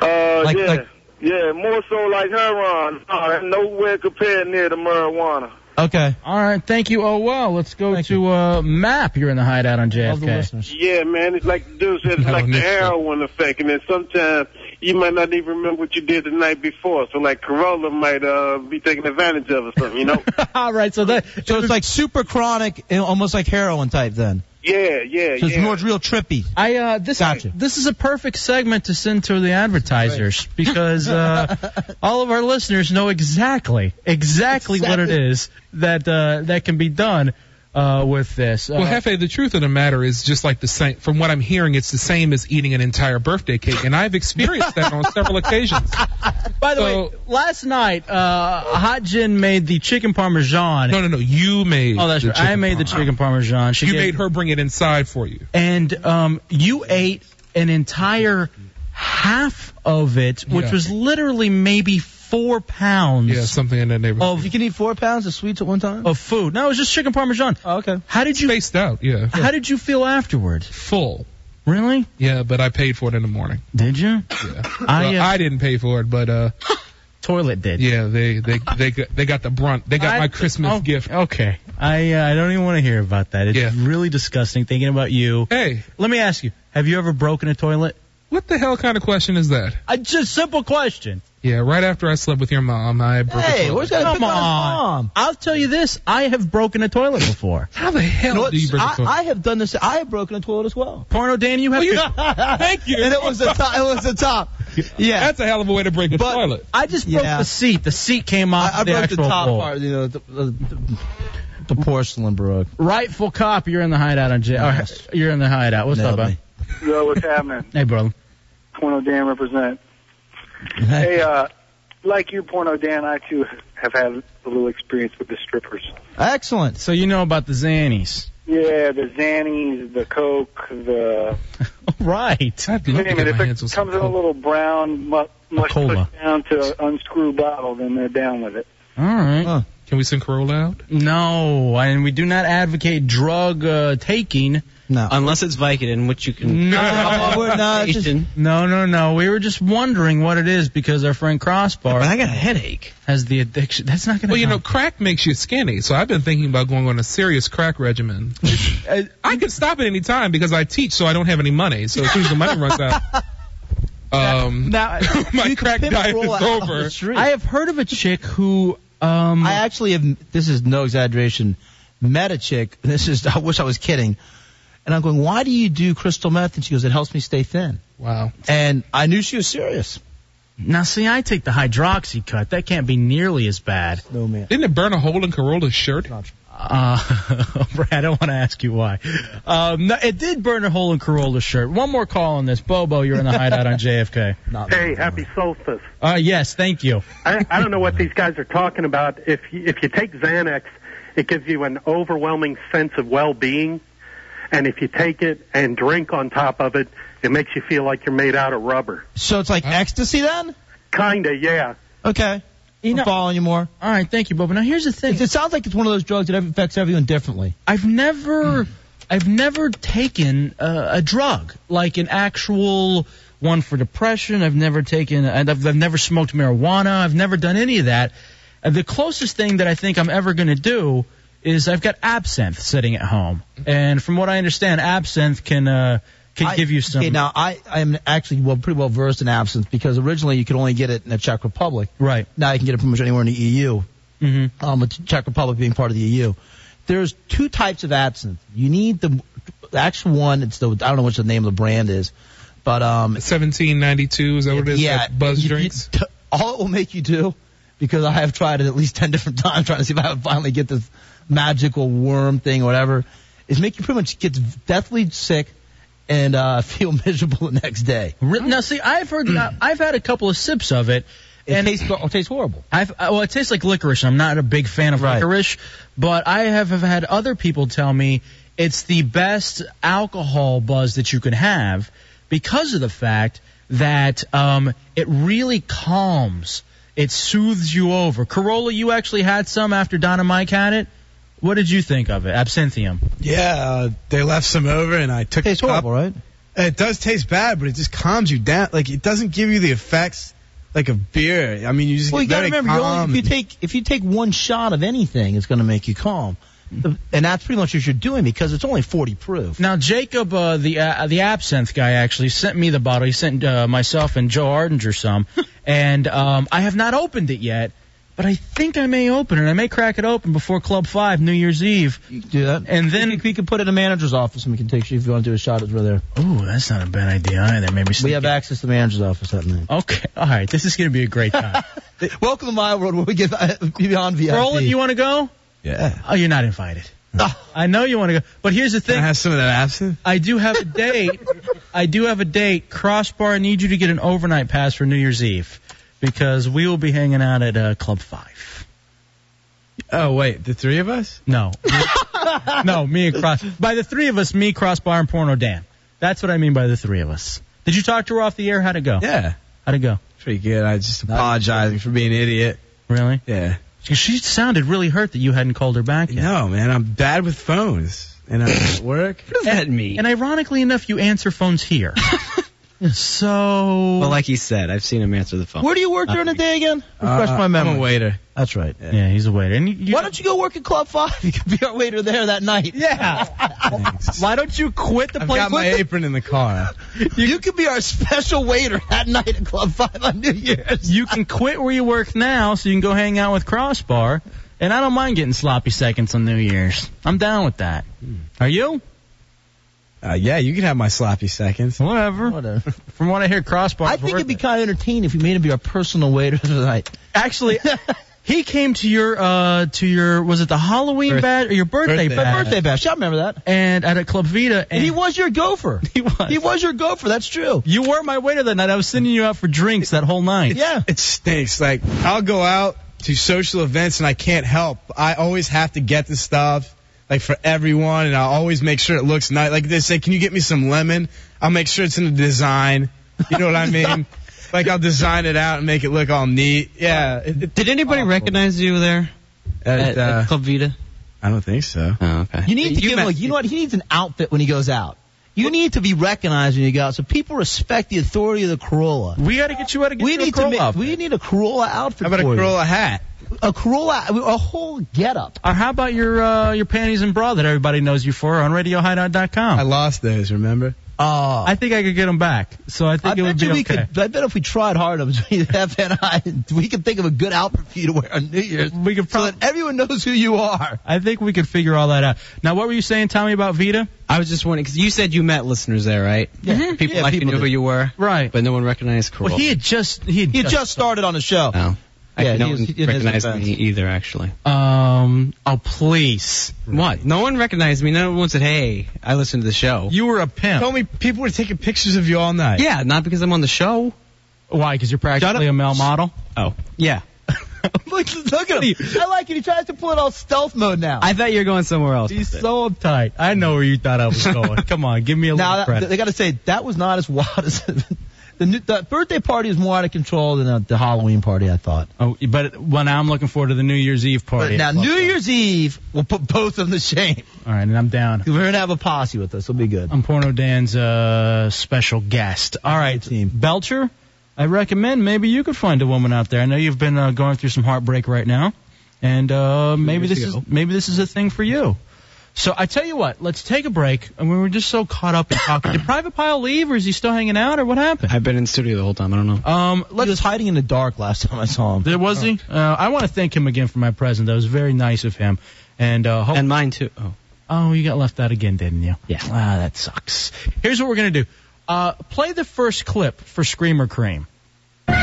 S9: Uh,
S18: Like-
S9: yeah,
S18: like-
S9: yeah, more so like heroin. Nah, that's nowhere compared near to marijuana.
S18: Okay.
S7: All right. Thank you. Oh well. Let's go to uh, Map. You're in the hideout on JFK.
S23: Yeah, man, it's like the dude said, it's like the heroin effect, and then sometimes you might not even remember what you did the night before. So like Corolla might uh be taking advantage of or something, you know?
S7: All right, so that
S18: so it's like super chronic, and almost like heroin type then.
S23: yeah, yeah,
S18: So it's
S23: yeah.
S18: more real trippy.
S7: I uh, this this is a perfect segment to send to the advertisers because uh, all of our listeners know exactly, exactly what it is that uh, that can be done uh, with this. Uh,
S24: Well, Hefe, the truth of the matter is just like the same. From what I'm hearing, it's the same as eating an entire birthday cake, and I've experienced that on several occasions.
S7: By the way, last night, uh, Hot Gin made the chicken parmesan. No,
S24: no, no. You made.
S7: Oh, that's
S24: the
S7: right. I
S24: chicken
S7: made the chicken parmesan. She
S24: you
S7: gave-
S24: made her bring it inside for you.
S7: And um, you ate an entire half of it, which
S24: Yeah.
S7: was literally maybe four pounds.
S24: Yeah, something in that neighborhood.
S7: Of,
S18: you can eat four pounds of sweets at one time
S7: of food. No, it was just chicken parmesan.
S18: Oh, okay.
S7: How did you
S24: spaced out? Yeah.
S7: How did you feel afterward?
S24: Full.
S7: Really?
S24: Yeah, but I paid for it in the morning.
S7: Did you?
S24: Yeah.
S7: I,
S24: Well,
S7: uh,
S24: I didn't pay for it, but uh.
S7: Toilet did.
S24: Yeah, they they they got, they got the brunt. They got
S7: I-
S24: my Christmas
S7: oh,
S24: gift.
S7: Okay. I uh, I don't even want to hear about that. It's really disgusting thinking about you.
S24: Hey,
S7: let me ask you: Have you ever broken a toilet?
S24: What the hell kind of question is that?
S7: I just simple question.
S24: Yeah, right after I slept with your uh, mom, I broke a toilet.
S7: come on? I'll tell you this: I have broken a toilet before.
S24: How the hell
S18: You know what?
S24: do you break a
S18: I,
S24: toilet?
S18: I have done this. I have broken a toilet as well.
S7: Porno Danny, you have.
S24: thank you.
S18: And it was the top. It was the top. Yeah.
S24: That's a hell of a way to break a
S18: But
S24: toilet.
S7: I just broke
S18: Yeah.
S7: the seat. The seat came off.
S18: I, I
S7: the
S18: broke the
S7: actual
S18: top
S7: bowl.
S18: part. You know, the, the, the, the porcelain broke.
S7: Rightful cop, you're in the hideout on J. or, You're in the hideout. What's up, bud?
S23: Yo, what's happening?
S7: Hey, brother.
S23: Porno Dan represent. hey, uh, like you, Porno Dan, I too have had a little experience with the strippers.
S18: Excellent.
S7: So you know about the Xannies.
S23: Yeah, the Xannies, the Coke, the.
S7: right.
S24: I'd
S23: Wait a minute, if it comes in a little brown, mu- much
S7: Cola.
S23: pushed down to an unscrew bottle, then they're down with it.
S7: All right.
S24: Can we send Corolla out?
S7: No, and we do not advocate drug uh, taking.
S18: No.
S8: Unless it's Vicodin, which you can.
S7: No, we're not. Just- no, no, no. We were just wondering what it is because our friend Crossbar.
S8: I got a headache.
S7: Has the addiction? That's not gonna.
S24: Well, you know, crack makes you skinny, so I've been thinking about going on a serious crack regimen. I could stop at any time because I teach, so I don't have any money. So as soon as the money runs out, um,
S18: Now-
S24: my crack diet is over.
S7: I have heard of a chick who. Um,
S18: I actually have. This is no exaggeration. Met a chick. This is. I wish I was kidding. And I'm going. Why do you do crystal meth? And she goes. It helps me stay thin.
S24: Wow.
S18: And I knew she was serious.
S7: Now, see, I take the hydroxy cut. That can't be nearly as bad.
S18: No man.
S24: Didn't it burn a hole in Corolla's shirt?
S7: Uh, Brad, I don't want to ask you why. Um, no, it did burn a hole in Corolla's shirt. One more call on this, Bobo. You're in the hideout on JFK.
S25: Hey, happy solstice.
S7: Uh, yes, thank you.
S25: I, I don't know what these guys are talking about. If you, if you take Xanax, it gives you an overwhelming sense of well-being, and if you take it and drink on top of it, it makes you feel like you're made out of rubber.
S18: So it's like ecstasy then?
S25: Kinda, yeah.
S18: Okay. You know, following you more.
S7: All right, thank you, Bobo. Now here's the thing.
S18: It, it sounds like it's one of those drugs that affects everyone differently.
S7: I've never, I've never taken uh, a drug like an actual one for depression. I've never taken, and I've, I've never smoked marijuana. I've never done any of that. Uh, the closest thing that I think I'm ever going to do is I've got absinthe sitting at home, and from what I understand, absinthe can uh, Can
S18: I-
S7: give you some.
S18: Okay, now I, I am actually well pretty well versed in absinthe because originally you could only get it in the Czech Republic.
S7: Right.
S18: Now you can get it pretty much anywhere in the EU.
S7: Mm-hmm.
S18: Um, with Czech Republic being part of the E EU. There's two types of absinthe. You need the the actual one. It's the I don't know what the name of the brand is, but um,
S24: 1792 is that what it is?
S18: yeah,
S24: That Buzz
S18: you- you-
S24: drinks.
S18: t- all it will make you do, because I have tried it at least ten different times trying to see if I would finally get this magical worm thing or whatever, is make you pretty much get deathly sick and uh, feel miserable the next day.
S7: Re- Now, see, I've heard, uh, I've had a couple of sips of it. And it
S18: tastes, it tastes horrible.
S7: I've, uh, well, it tastes like licorice. I'm not a big fan of licorice, but I have, have had other people tell me it's the best alcohol buzz that you can have because of the fact that um, it really calms. It soothes you over. Corolla, you actually had some after Don and Mike had it. What did you think of it? Absinthium.
S13: Yeah, uh, they left some over, and I took. Tastes the cup.
S18: horrible, right?
S13: It does taste bad, but it just calms you down. Like it doesn't give you the effects like of beer. I mean, you just
S18: Well, you
S13: get
S18: gotta
S13: very
S18: remember, you're
S13: calm.
S18: only, if you take if you take one shot of anything, it's going to make you calm, and that's pretty much what you're doing because it's only 40 proof.
S7: Now, Jacob, uh, the uh, the absinthe guy, actually sent me the bottle. He sent uh, myself and Joe Ardinger some, and um, I have not opened it yet. But I think I may open it. I may crack it open before Club Five New Year's Eve.
S18: You can do that,
S7: and then
S18: we can put it in the manager's office, and we can take you if you want to do a shot. It's right there.
S7: Ooh, that's not a bad idea either. Maybe
S18: we have access to the manager's office that night.
S7: Okay, all right. This is going to be a great time.
S18: Welcome to my world where we get uh, beyond VIP.
S7: Roland, you want to go?
S13: Yeah.
S7: Oh, you're not invited.
S18: Ah,
S7: I know you want to go, but here's the thing. I
S13: have some of that absinthe.
S7: I do have a date. I do have a date. Crossbar, I need you to get an overnight pass for New Year's Eve because we will be hanging out at uh, Club Five.
S13: Oh wait, the three of us?
S7: No, no, me and Cross. By the three of us, me, Crossbar, and Porno Dan. That's what I mean by the three of us. Did you talk to her off the air? How'd it go?
S13: Yeah.
S7: How'd it go?
S13: Pretty good. I just apologizing for being an idiot.
S7: Really?
S13: Yeah.
S7: She sounded really hurt that you hadn't called her back yet.
S13: No, man, I'm bad with phones, and I'm at work.
S7: What does that mean? And ironically enough, you answer phones here. so.
S8: Well, like he said, I've seen him answer the phone.
S18: Where do you work during the day again? Refresh
S8: Uh,
S18: my
S8: I'm
S18: memory.
S8: a waiter.
S18: That's right.
S7: Yeah, he's a waiter. And you,
S18: Why don't you go work at Club Five? You could be our waiter there that night.
S7: Yeah. Why don't you quit the
S13: I've
S18: place?
S13: got my apron in the car.
S18: You, could be our special waiter that night at Club Five on New Year's.
S7: You can quit where you work now so you can go hang out with Crossbar. And I don't mind getting sloppy seconds on New Year's. I'm down with that. Are you?
S13: Uh, yeah, you can have my sloppy seconds.
S7: Whatever.
S18: Whatever.
S7: From what I hear, Crossbar.
S18: I think it'd be kind of entertaining if you made him be our personal waiter tonight.
S7: Actually, he came to your uh to your was it the Halloween
S18: Birth-
S7: bash or your birthday,
S18: Birthday
S7: bash?
S18: bash. Birthday bash. I remember that.
S7: And at a Club Vita, and
S18: he was your gopher.
S7: He was.
S18: He was your gopher. That's true.
S7: You were my waiter that night. I was sending you out for drinks that whole night.
S18: Yeah.
S13: It stinks. Like I'll go out to social events and I can't help. I always have to get the stuff like for everyone, and I always make sure it looks nice. Like they say, can you get me some lemon? I'll make sure it's in the design. You know what I mean? like I'll design it out and make it look all neat. Yeah.
S8: Did anybody recognize you there at,
S13: At, uh,
S8: at Club Vita?
S13: I don't think so.
S8: Oh, okay.
S18: You need to
S8: You
S18: give
S8: met-
S18: him, like, you know what? He needs an outfit when he goes out. You need to be recognized when you go out, so people respect the authority of the Corolla.
S7: We got to get you out of
S18: We need to make, we need a Corolla outfit.
S13: How about a
S18: for you.
S13: Corolla hat?
S18: A Corolla, a whole getup.
S7: Or how about your uh, your panties and bra that everybody knows you for on RadioHideout.com?
S13: I lost those. Remember?
S18: Oh,
S7: Uh, I think I could get them back. So I think
S18: I
S7: it would
S18: bet
S7: be
S18: you
S7: okay.
S18: we could. I bet if we tried hard enough between F and I, we could think of a good outfit for you to wear on New Year's.
S7: We could
S18: so that everyone knows who you are.
S7: I think we could figure all that out. Now, what were you saying, Tommy, about Vita?
S8: I was just wondering because you said you met listeners there, right?
S18: Yeah.
S8: People
S18: Yeah,
S8: like
S18: people
S8: you knew who
S18: did.
S8: you were,
S7: right?
S8: But no one recognized Corolla.
S18: Well, he
S7: had just he had
S18: He had just started on the show.
S8: Oh. I,
S18: Yeah,
S8: no
S18: he was-
S8: one
S18: he did his
S8: recognized
S18: defense.
S8: me either, actually.
S7: Um. Oh, please.
S8: What? No one recognized me. No one said, "Hey, I listened to the show."
S7: You were a pimp.
S13: Told me people were taking pictures of you all night.
S8: Yeah, not because I'm on the show.
S7: Why? Because you're practically a male model.
S8: Oh, yeah.
S18: look, look at him. I like it. He tries to pull it all stealth mode now.
S8: I thought you were going somewhere else.
S7: He's so uptight. I know where you thought I was going. Come on, give me a
S18: now
S7: little
S18: that,
S7: credit.
S18: they got to say that was not as wild as the, new, the birthday party was more out of control than the, the Halloween party. I thought.
S7: oh, but when I'm looking forward to the New Year's Eve
S18: But
S7: party.
S18: now New Year's Eve, we'll put both of them to shame.
S7: All right, and I'm down.
S18: We're gonna have a posse with us. It'll be good.
S7: I'm Porno Dan's uh, special guest. All right, Belcher, I recommend maybe you could find a woman out there. I know you've been uh, going through some heartbreak right now, and uh, maybe
S8: years
S7: this
S8: ago.
S7: is maybe this is a thing for you. So I tell you what, let's take a break. And we were just so caught up in talking. Did Private Pile leave, or is he still hanging out, or what happened?
S8: I've been in studio the whole time. I don't know.
S7: Um,
S18: he was hiding in the dark last time I saw him.
S7: There was he. Uh, I want to thank him again for my present. That was very nice of him, and uh, hope-
S8: and mine too. Oh.
S7: Oh, you got left out again, didn't you?
S8: Yeah.
S7: Wow, that sucks. Here's what we're gonna do. Uh, play the first clip for Screamer Cream. All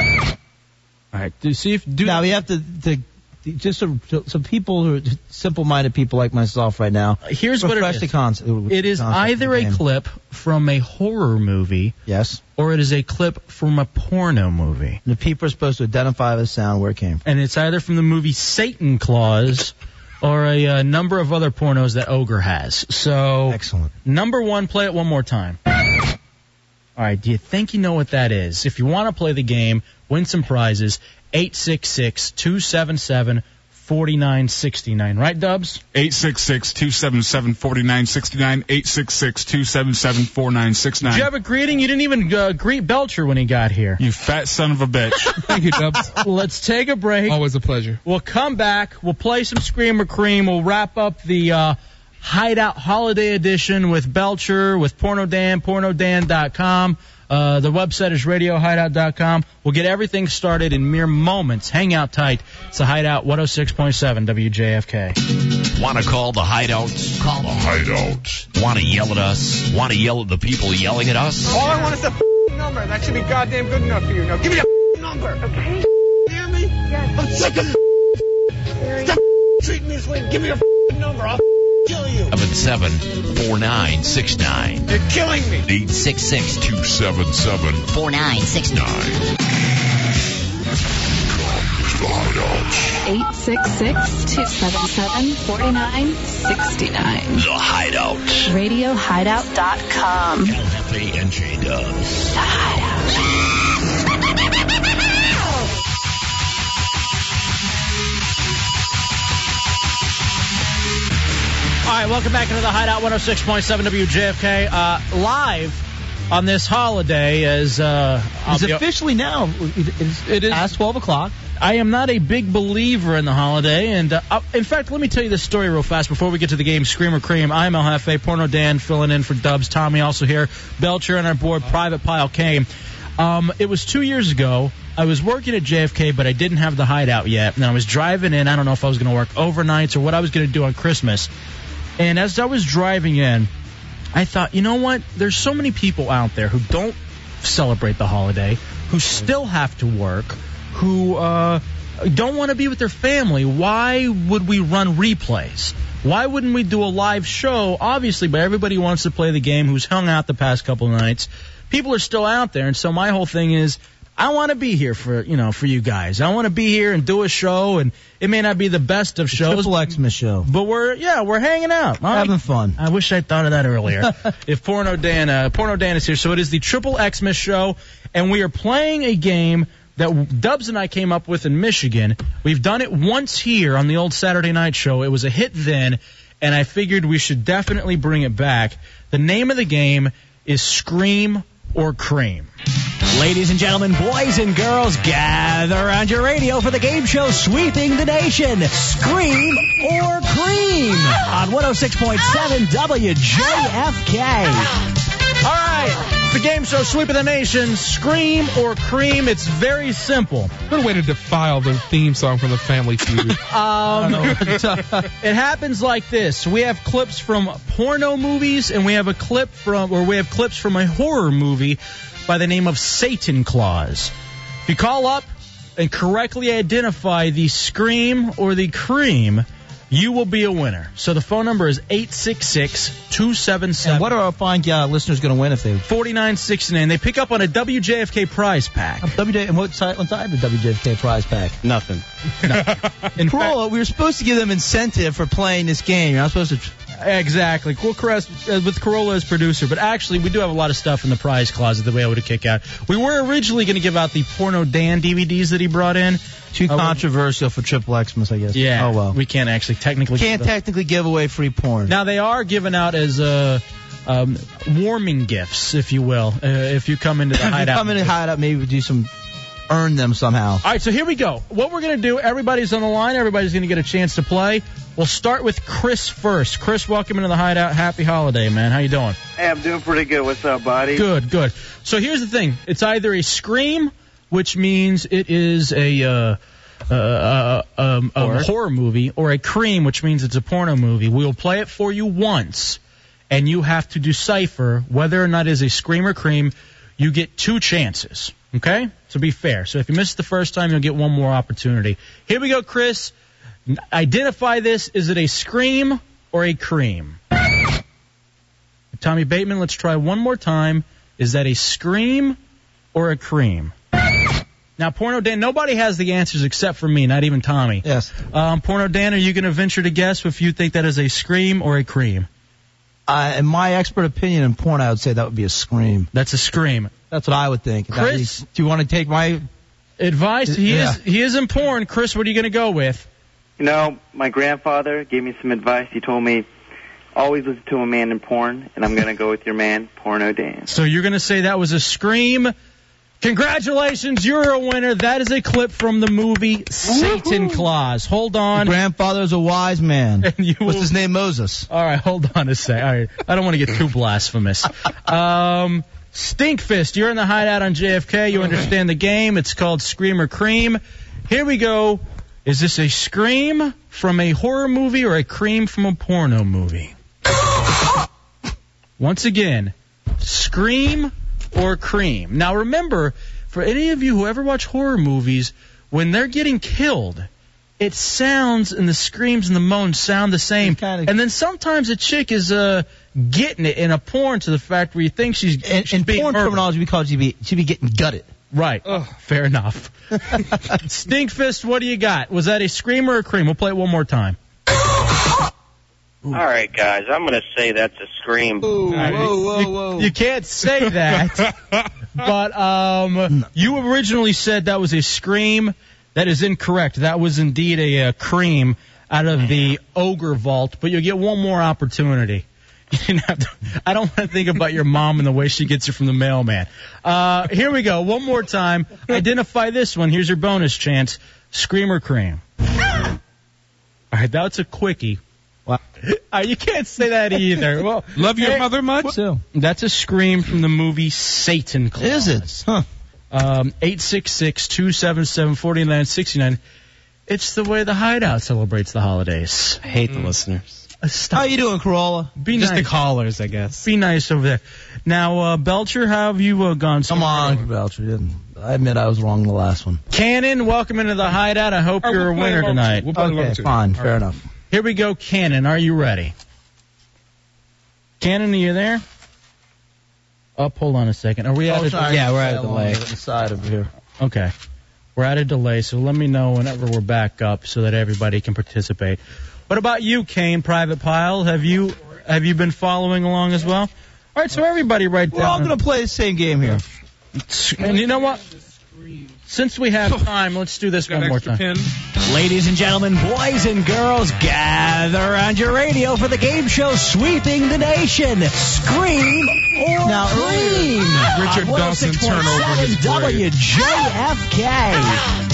S7: right. Do see if do.
S18: Now we have to, to just so, so people who are simple-minded people like myself right now.
S7: Here's what it
S18: refresh
S7: is.
S18: the concept.
S7: It is either a
S18: game.
S7: clip from a horror movie.
S18: Yes.
S7: Or it is a clip from a porno movie.
S18: The people are supposed to identify the sound where it came from.
S7: And it's either from the movie Satan Claus or a uh, number of other pornos that Ogre has. So
S18: excellent.
S7: Number one, play it one more time. All right. Do you think you know what that is? If you want to play the game, win some prizes. 866-277-4969. Right, Dubs?
S6: 866-277-4969, 866-277-4969.
S7: Did you have a greeting? You didn't even uh, greet Belcher when he got here.
S6: You fat son of a bitch.
S7: Thank you, Dubs. Let's take a break.
S24: Always a pleasure.
S7: We'll come back. We'll play some Screamer Cream. We'll wrap up the uh, Hideout Holiday Edition with Belcher, with Porno Dan, pornodan.com. Uh, the website is radiohideout.com. We'll get everything started in mere moments. Hang out tight. It's the Hideout 106.7 WJFK.
S2: Want to call the hideouts? Call the hideouts. Want to yell at us? Want to yell at the people yelling at us?
S14: All I want is a f***ing number. That should be goddamn good enough for you. Now give me a f***ing number. Okay. Hear me? Yes. I'm sick of this. Stop f***ing treating me this way. Give me a f***ing number. I'll f***ing kill you.
S2: Seven seven four nine six nine.
S14: You're killing me.
S2: Eight six six two seven seven four nine six nine.
S5: 866-277-4969.
S2: The Hideout.
S5: RadioHideout.com.
S2: LFA and J Dubs.
S7: All right, welcome back into the Hideout 106.7 WJFK. Uh, live on this holiday as uh, I'll
S18: It's
S7: be-
S18: officially now. It is, it is past 12 o'clock.
S7: I am not a big believer in the holiday, and uh, uh, in fact, let me tell you this story real fast before we get to the game. Screamer Cream, I'm El Jefe, Porno Dan filling in for Dubs, Tommy also here, Belcher and our board Private Pile came. Um, it was two years ago. I was working at JFK, but I didn't have the hideout yet, and I was driving in. I don't know if I was going to work overnights or what I was going to do on Christmas. And as I was driving in, I thought, you know what? There's so many people out there who don't celebrate the holiday, who still have to work, who uh, don't want to be with their family. Why would we run replays? Why wouldn't we do a live show? Obviously, but everybody wants to play the game who's hung out the past couple of nights. People are still out there, and so my whole thing is I want to be here for you know for you guys. I want to be here and do a show, and it may not be the best of shows,
S18: Triple X Michelle.
S7: but we're yeah we're hanging out. All right.
S18: Having fun.
S7: I wish I thought of that earlier. if Porno Dan, uh, Porno Dan is here, so it is the Triple Xmas show, and we are playing a game that Dubs and I came up with in Michigan. We've done it once here on the old Saturday Night Show. It was a hit then, and I figured we should definitely bring it back. The name of the game is Scream or Cream.
S10: Ladies and gentlemen, boys and girls, gather around your radio for the game show sweeping the nation. Scream or cream on 106.7 WJFK.
S7: All right, it's the game show Sweep of the Nation, Scream or Cream. It's very simple.
S24: What a way to defile the theme song from the Family Feud.
S7: Um, it happens like this: we have clips from porno movies, and we have a clip from, or we have clips from a horror movie by the name of Satan Claus. If you call up and correctly identify the scream or the cream, you will be a winner. So the phone number is 866-277.
S18: And what are our fine uh, listeners going to win if they?
S7: 4969. They pick up on a WJFK prize pack.
S18: WJ and what site inside the WJFK prize pack?
S8: Nothing.
S7: In
S18: Corolla, we were supposed to give them incentive for playing this game. You're not supposed to.
S7: Exactly. Cool Caress uh, with Corolla as producer, but actually we do have a lot of stuff in the prize closet that we able to kick out. We were originally going to give out the Porno Dan DVDs that he brought in.
S18: Too
S7: Uh, we-
S18: controversial for Triple Xmas, I guess.
S7: Yeah.
S18: Oh well.
S7: We can't actually technically.
S18: Can't
S7: give those-
S18: technically give away free porn.
S7: now they are given out as uh, um, warming gifts, if you will, uh, if you come into the
S18: if you
S7: hideout.
S18: come in and hide out, maybe we do some, earn them somehow.
S7: All right, so here we go. What we're going to do, everybody's on the line, everybody's going to get a chance to play. We'll start with Chris first. Chris, welcome into the hideout. Happy holiday, man. How you doing?
S1: Hey, I'm doing pretty good. What's up, buddy?
S7: Good, good. So here's the thing. It's either a scream, which means it is a uh, uh, uh, um, a horror movie, or a cream, which means it's a porno movie. We'll play it for you once, and you have to decipher whether or not it is a scream or cream. You get two chances. Okay? To be fair. So if you miss it the first time, you'll get one more opportunity. Here we go, Chris. N- Identify this. Is it a scream or a cream? Tommy Bateman, let's try one more time. Is that a scream or a cream? Now, Porno Dan, nobody has the answers except for me, not even Tommy.
S18: Yes.
S7: Um, Porno Dan, are you going to venture to guess if you think that is a scream or a cream?
S18: Uh, in my expert opinion in porn, I would say that would be a scream.
S7: That's a scream.
S18: That's what I would think. That'd be-
S7: Chris?
S18: do you want to take my
S7: Advice? He
S18: Yeah.
S7: is he is in porn. Chris, what are you going to go with?
S1: You know, my grandfather gave me some advice. He told me always listen to a man in porn, and I'm gonna go with your man, Porno Dan.
S7: So you're going to say that was a scream. Congratulations, you're a winner. That is a clip from the movie Satan Claus. Hold on.
S18: grandfather is a wise man? What's his name? Moses.
S7: All right, hold on a sec. All right, I don't want to get too blasphemous. Um, Stinkfist, you're in the hideout on JFK. You understand the game. It's called Scream or Cream. Here we go. Is this a scream from a horror movie or a cream from a porno movie? Once again, scream or cream. Now remember, for any of you who ever watch horror movies, when they're getting killed, it sounds and the screams and the moans sound the same. And then sometimes a chick is uh getting it in a porn to the fact where you think she's
S18: In,
S7: she's
S18: in
S7: being
S18: porn
S7: murdered.
S18: terminology, we call it she'd be, she'd be getting gutted.
S7: Right. Fair enough. Stinkfist, what do you got? Was that a scream or a cream? We'll play it one more time.
S11: All right, guys, I'm going to say that's a scream.
S7: you, you can't say that. but um, you originally said that was a scream. That is incorrect. That was indeed a, uh cream out of the ogre vault. But you'll get one more opportunity. You didn't have to, I don't want to think about your mom and the way she gets it from the mailman. Uh, here we go. One more time. Identify this one. Here's your bonus chance. Scream or cream. All right, that's a quickie. Uh, you can't say that either. Well,
S24: Love your
S7: hey,
S24: mother much?
S7: wh- That's a scream from the movie Satan Claus. Is it?
S18: Huh.
S7: Um, 866-277-4969. It's the way the hideout celebrates the holidays. I hate the listeners. How
S18: you doing, Corolla?
S7: Be
S18: Just
S7: nice.
S18: the
S7: callers, I guess. Be nice over there. Now, uh, Belcher, how have you uh, gone? So Come
S18: on, Belcher. Didn't. I admit I was wrong in the last one.
S7: Cannon, welcome into the hideout. I hope
S18: All right,
S7: you're
S18: we'll
S7: a
S18: play
S7: winner
S18: along too.
S7: tonight.
S18: We'll play along Okay, too. fine. All Fair right. enough.
S7: Here we go, Cannon. Are you ready? Cannon, are you there? Up, hold on a second. Are we
S18: Oh,
S7: out of
S18: sorry. Yeah, we're out of delay. Inside of here.
S7: Okay. We're at a delay, so let me know whenever we're back up so that everybody can participate. What about you, Kane, Private Pile? Have you have you been following along as well? All right, so everybody right there.
S18: We're all gonna play the same game here.
S7: And you know what? Since we have time, let's do this one more time.
S10: Ladies and gentlemen, boys and girls, gather around your radio for the game show sweeping the nation. Scream or
S16: Now,
S10: cream.
S16: Richard
S10: On
S16: Dawson turned over his
S10: 106.7 WJFK.
S7: Ah!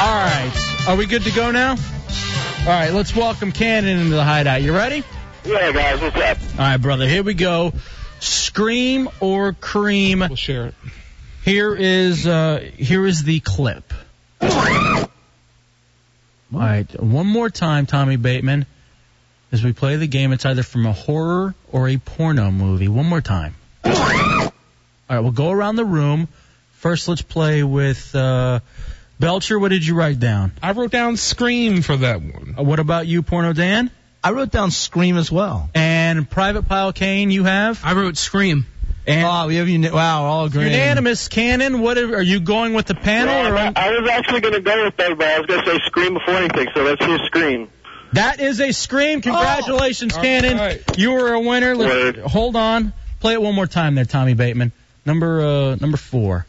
S7: All right. Are we good to go now? All right, let's welcome Cannon into the hideout. You ready?
S11: Yeah, guys, what's up?
S7: All right, brother, here we go. Scream or cream. We'll
S24: share it.
S7: Here is uh here is the clip. All right, one more time, Tommy Bateman, as we play the game. It's either from a horror or a porno movie. One more time. All right, we'll go around the room. First, let's play with uh, Belcher. What did you write down? Uh,
S24: I wrote down Scream for that one.
S7: what about you, Porno Dan?
S18: I wrote down Scream as well.
S7: And Private Pile Kane, you have?
S20: I wrote Scream.
S7: And
S18: wow, we have uni- wow, we're all agreeing.
S7: Unanimous, Cannon. What are, are you going with the panel? or
S23: I, I was actually going to go with that, but I was going to say scream before anything, so let's hear scream.
S7: That is a scream. Congratulations, Cannon. You were a winner. Let's- hold on. Play it one more time there, Tommy Bateman. Number uh, number four.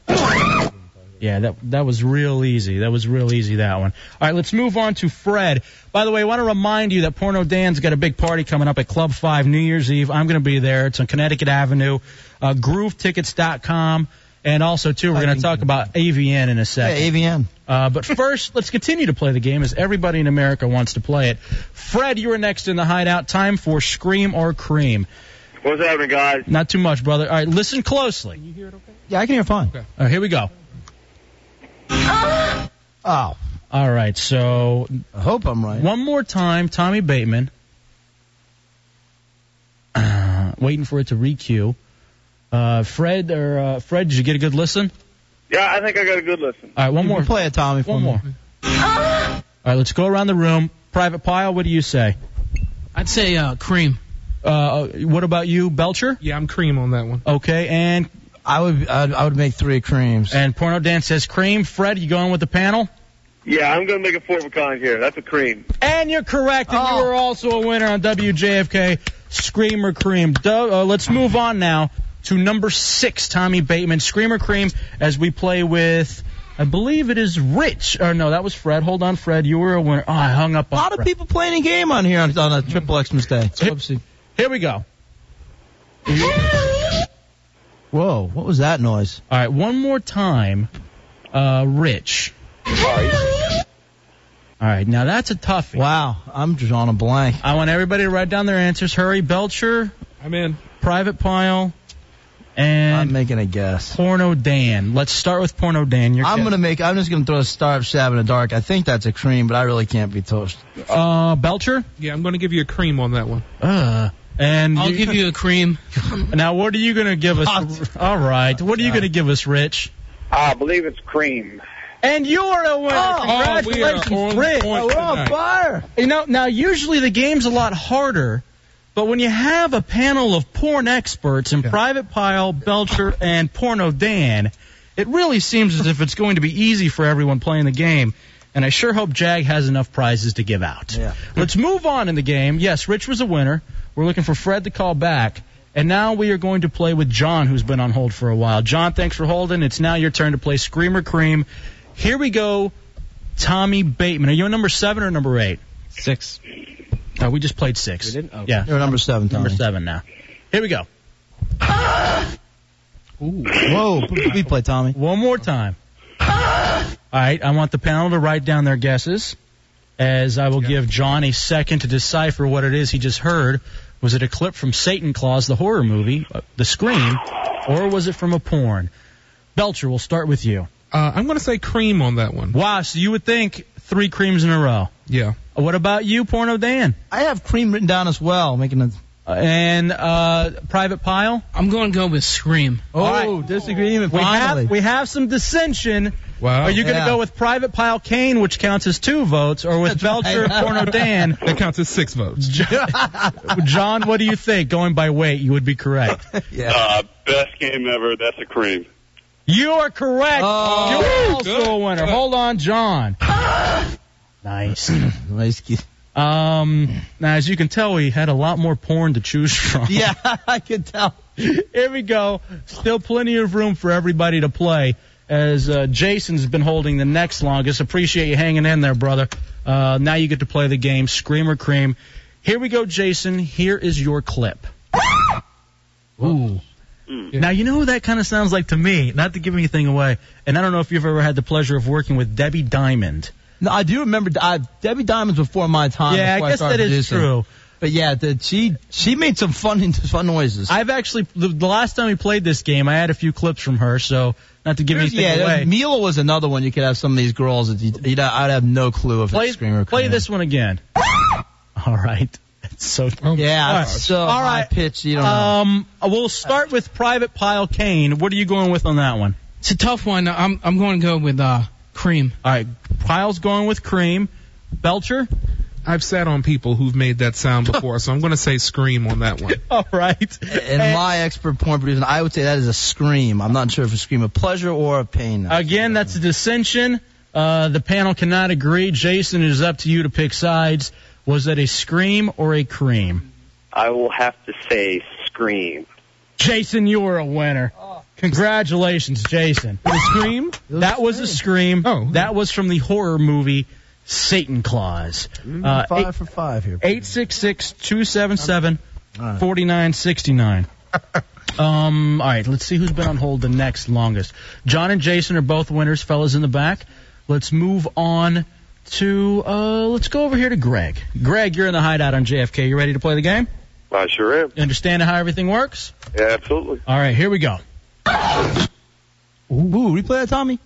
S7: Yeah, that that was real easy. That was real easy that one. All right, let's move on to Fred. By the way, I want to remind you that Porno Dan's got a big party coming up at Club Five New Year's Eve. I'm going to be there. It's on Connecticut Avenue, uh, GrooveTickets.com. And also, too, we're going to talk about AVN in a second.
S18: Yeah, AVN.
S7: Uh, but first, let's continue to play the game as everybody in America wants to play it. Fred, you are next in the hideout. Time for Scream or Cream.
S3: What's happening, guys?
S7: Not too much, brother. All right, listen closely. you hear it okay? Yeah, I can hear fine. All right, here we go. Oh. All right, so. I hope I'm right. One more time, Tommy Bateman. Uh, waiting for it to re-queue. Uh, Fred or uh, Fred, did you get a good listen?
S3: Yeah, I think I got a good listen.
S7: All right, one more. Play it, Tommy. One more. All right, let's go around the room. Private Pile, what do you say? I'd say uh, cream. Uh, what about you, Belcher? Yeah, I'm cream on that one. Okay, and I would I'd, I would make three creams. And Porno Dan says cream. Fred, you going with the panel?
S3: Yeah, I'm gonna make a four of a kind here. That's a cream.
S7: And you're correct, and
S18: Oh.
S7: you were also a winner on WJFK Screamer Cream. Do- uh, let's move on now to number six, Tommy Bateman, Screamer Cream, as we play with, I believe it is Rich. Or no, that was Fred. Hold on, Fred. You were a winner. Oh, I hung up on
S18: A lot of
S7: Fred.
S18: people playing a game on here on, on a Triple X Tuesday. Here,
S7: here we go.
S18: Whoa, what was that noise?
S7: All right, one more time, uh, Rich. All right, now that's a toughie. Wow, I'm drawing a blank. I want everybody to write down their answers. Hurry, Belcher. I'm in. Private Pile. And I'm
S18: making a guess.
S7: Porno Dan. Let's start with Porno Dan. You're
S18: I'm
S7: kidding.
S18: gonna make. I'm just gonna throw a star up stab in the dark. I think that's a cream, but I really can't be toast.
S7: Uh, Belcher.
S24: Yeah, I'm going to give you a cream on that one.
S7: Uh, and
S24: I'll give you
S7: a cream. now, what are you gonna give us? All right, what are you gonna give us, Rich?
S12: I believe it's cream.
S7: And you are a winner.
S12: Oh,
S7: Congratulations,
S12: we are on
S7: Rich.
S12: point Oh, we're on tonight.
S7: fire. You know, now usually the game's a lot harder, but when you have a panel of porn experts in Private Pile, Belcher, and Porno Dan, it really seems as if it's going to be easy for everyone playing the game. And I sure hope Jag has enough prizes to give out. Yeah. Let's move on in the game. Yes, Rich was a winner. We're looking for Fred to call back. And now we are going to play with John, who's been on hold for a while. John, thanks for holding. It's now your turn to play Screamer Cream. Here we go. Tommy Bateman. Are you on number seven or number eight? Six. Oh, we just played six. We didn't? Yeah.
S18: You're number seven, Tommy.
S7: Number seven now. Here we go. Ooh.
S18: Whoa. We play Tommy.
S7: One more time. All right. I want the panel to write down their guesses as I will give John a second to decipher what it is he just heard. Was it a clip from Satan Claus, the horror movie, uh, The Scream, or was it from a porn? Belcher, we'll start with you.
S24: Uh, I'm going to say cream on that one.
S7: Wow, so you would think three creams in a row.
S24: Yeah.
S7: What about you, Porno Dan?
S18: I have cream written down as well, making a.
S7: And uh, private pile. I'm going to go with scream.
S18: Oh, disagreement.
S7: We
S18: finally.
S7: have we have some dissension. Wow. Are you going to
S18: Yeah.
S7: go with private pile Kane, which counts as two votes, or with Belcher
S24: right.
S7: Porno Dan?
S24: That counts as six votes.
S7: Jo- John, what do you think? Going by weight, you would be correct.
S15: Uh, best game ever. That's a cream.
S7: You are correct.
S18: Oh.
S7: You're also a winner. Hold on, John. nice.
S18: nice.
S7: Um, now as you can tell, we had a lot more porn to choose from.
S18: Yeah, I could tell.
S7: Here we go. Still plenty of room for everybody to play. As uh, Jason's been holding the next longest. Appreciate you hanging in there, brother. Uh, now you get to play the game, Scream or Cream. Here we go, Jason. Here is your clip. Ooh. Now you know who that kind of sounds like to me. Not to give anything away, and I don't know if you've ever had the pleasure of working with Debbie Diamond.
S18: No, I do remember I, Debbie Diamond's before my time.
S7: Yeah, I
S18: before
S7: guess
S18: started
S7: that is
S18: producing.
S7: true.
S18: But yeah, the, she she made some fun fun noises.
S7: I've actually the, the last time we played this game, I had a few clips from her, so not to give anything
S18: yeah,
S7: away.
S18: Mila was another one. You could have some of these girls. That you, you'd, I'd have no clue if
S7: Play-
S18: it's screamer.
S7: play this one again. Oh, All right. It's so
S18: yeah,
S7: All right.
S18: it's so
S7: All right.
S18: high pitched. You don't
S7: Um, we'll start with Private Pile Kane. What are you going with on that one?
S20: It's a tough one. I'm I'm going to go with uh, cream.
S7: All right, Pile's going with cream. Belcher.
S24: I've sat on people who've made that sound before, so I'm going to say scream on that one.
S7: All right.
S18: know. In my expert porn producing, I would say that is a scream. I'm not sure if it's a scream of pleasure or of pain.
S7: Again, that's a dissension. Uh, the panel cannot agree. Jason, it is up to you to pick sides. Was that a scream or a cream?
S15: I will have to say scream.
S7: Jason, you are a winner. Congratulations, Jason. A scream? That was a scream. Oh. That was from the horror movie Satan Claus. Uh,
S18: five for five here.
S7: 866 277 4969. Um, all right, let's see who's been on hold the next longest. John and Jason are both winners, fellas in the back. Let's move on to uh, let's go over here to Greg. Greg, you're in the hideout on JFK. You ready to play the game?
S4: I sure am.
S7: You understand how everything works?
S4: Yeah, absolutely.
S7: All right, here we go. Ooh, replay that, Tommy.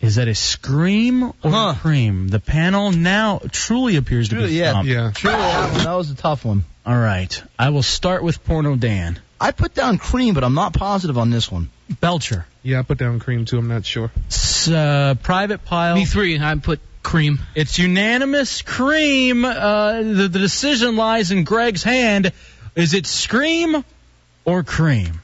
S7: Is that a scream or a cream? The panel now truly appears to be
S18: Truly, yeah.
S7: stumped.
S18: Sure, that one- that was a tough one.
S7: All right, I will start with Porno Dan.
S18: I put down cream, but I'm not positive on this one.
S7: Belcher.
S24: Yeah, I put down cream too. I'm not sure.
S7: It's, uh, private pile. Me
S20: three. I put cream.
S7: It's unanimous cream. Uh, the, the decision lies in Greg's hand. Is it scream or cream?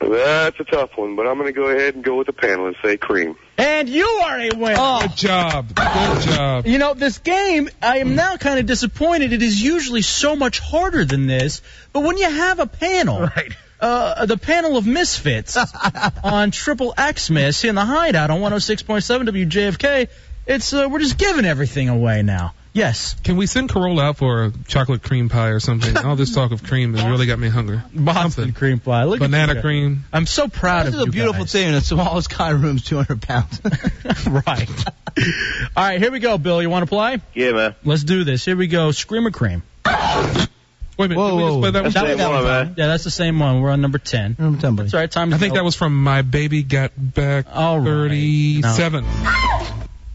S4: That's a tough one, but I'm going to go ahead and go with the panel and say cream.
S7: And you are a winner.
S24: Oh. Good job. Good job.
S7: You know, this game, I am now kind of disappointed. It is usually so much harder than this, but when you have a panel, uh, the panel of misfits on Triple Xmas in the hideout on 106.7 WJFK, it's uh, we're just giving everything away now. Yes.
S24: Can we send Corolla out for a chocolate cream pie or something? All this talk of cream has really got me hungry.
S7: Boston cream pie. Look at
S24: Banana
S7: you.
S24: cream.
S7: I'm so proud of
S18: This is a
S7: you
S18: beautiful
S7: guys.
S18: thing, and the smallest kind of room's 200 pounds.
S7: right. All right, here we go, Bill. You want to play?
S4: Yeah, man.
S7: Let's do this. Here we go. Scream or cream?
S24: Wait a minute. did we just play that one?
S7: Yeah, that's the same one. We're on number 10.
S18: Number 10, buddy.
S7: That's all right. Time
S24: I think that was from My Baby Got Back 37.
S21: Ah!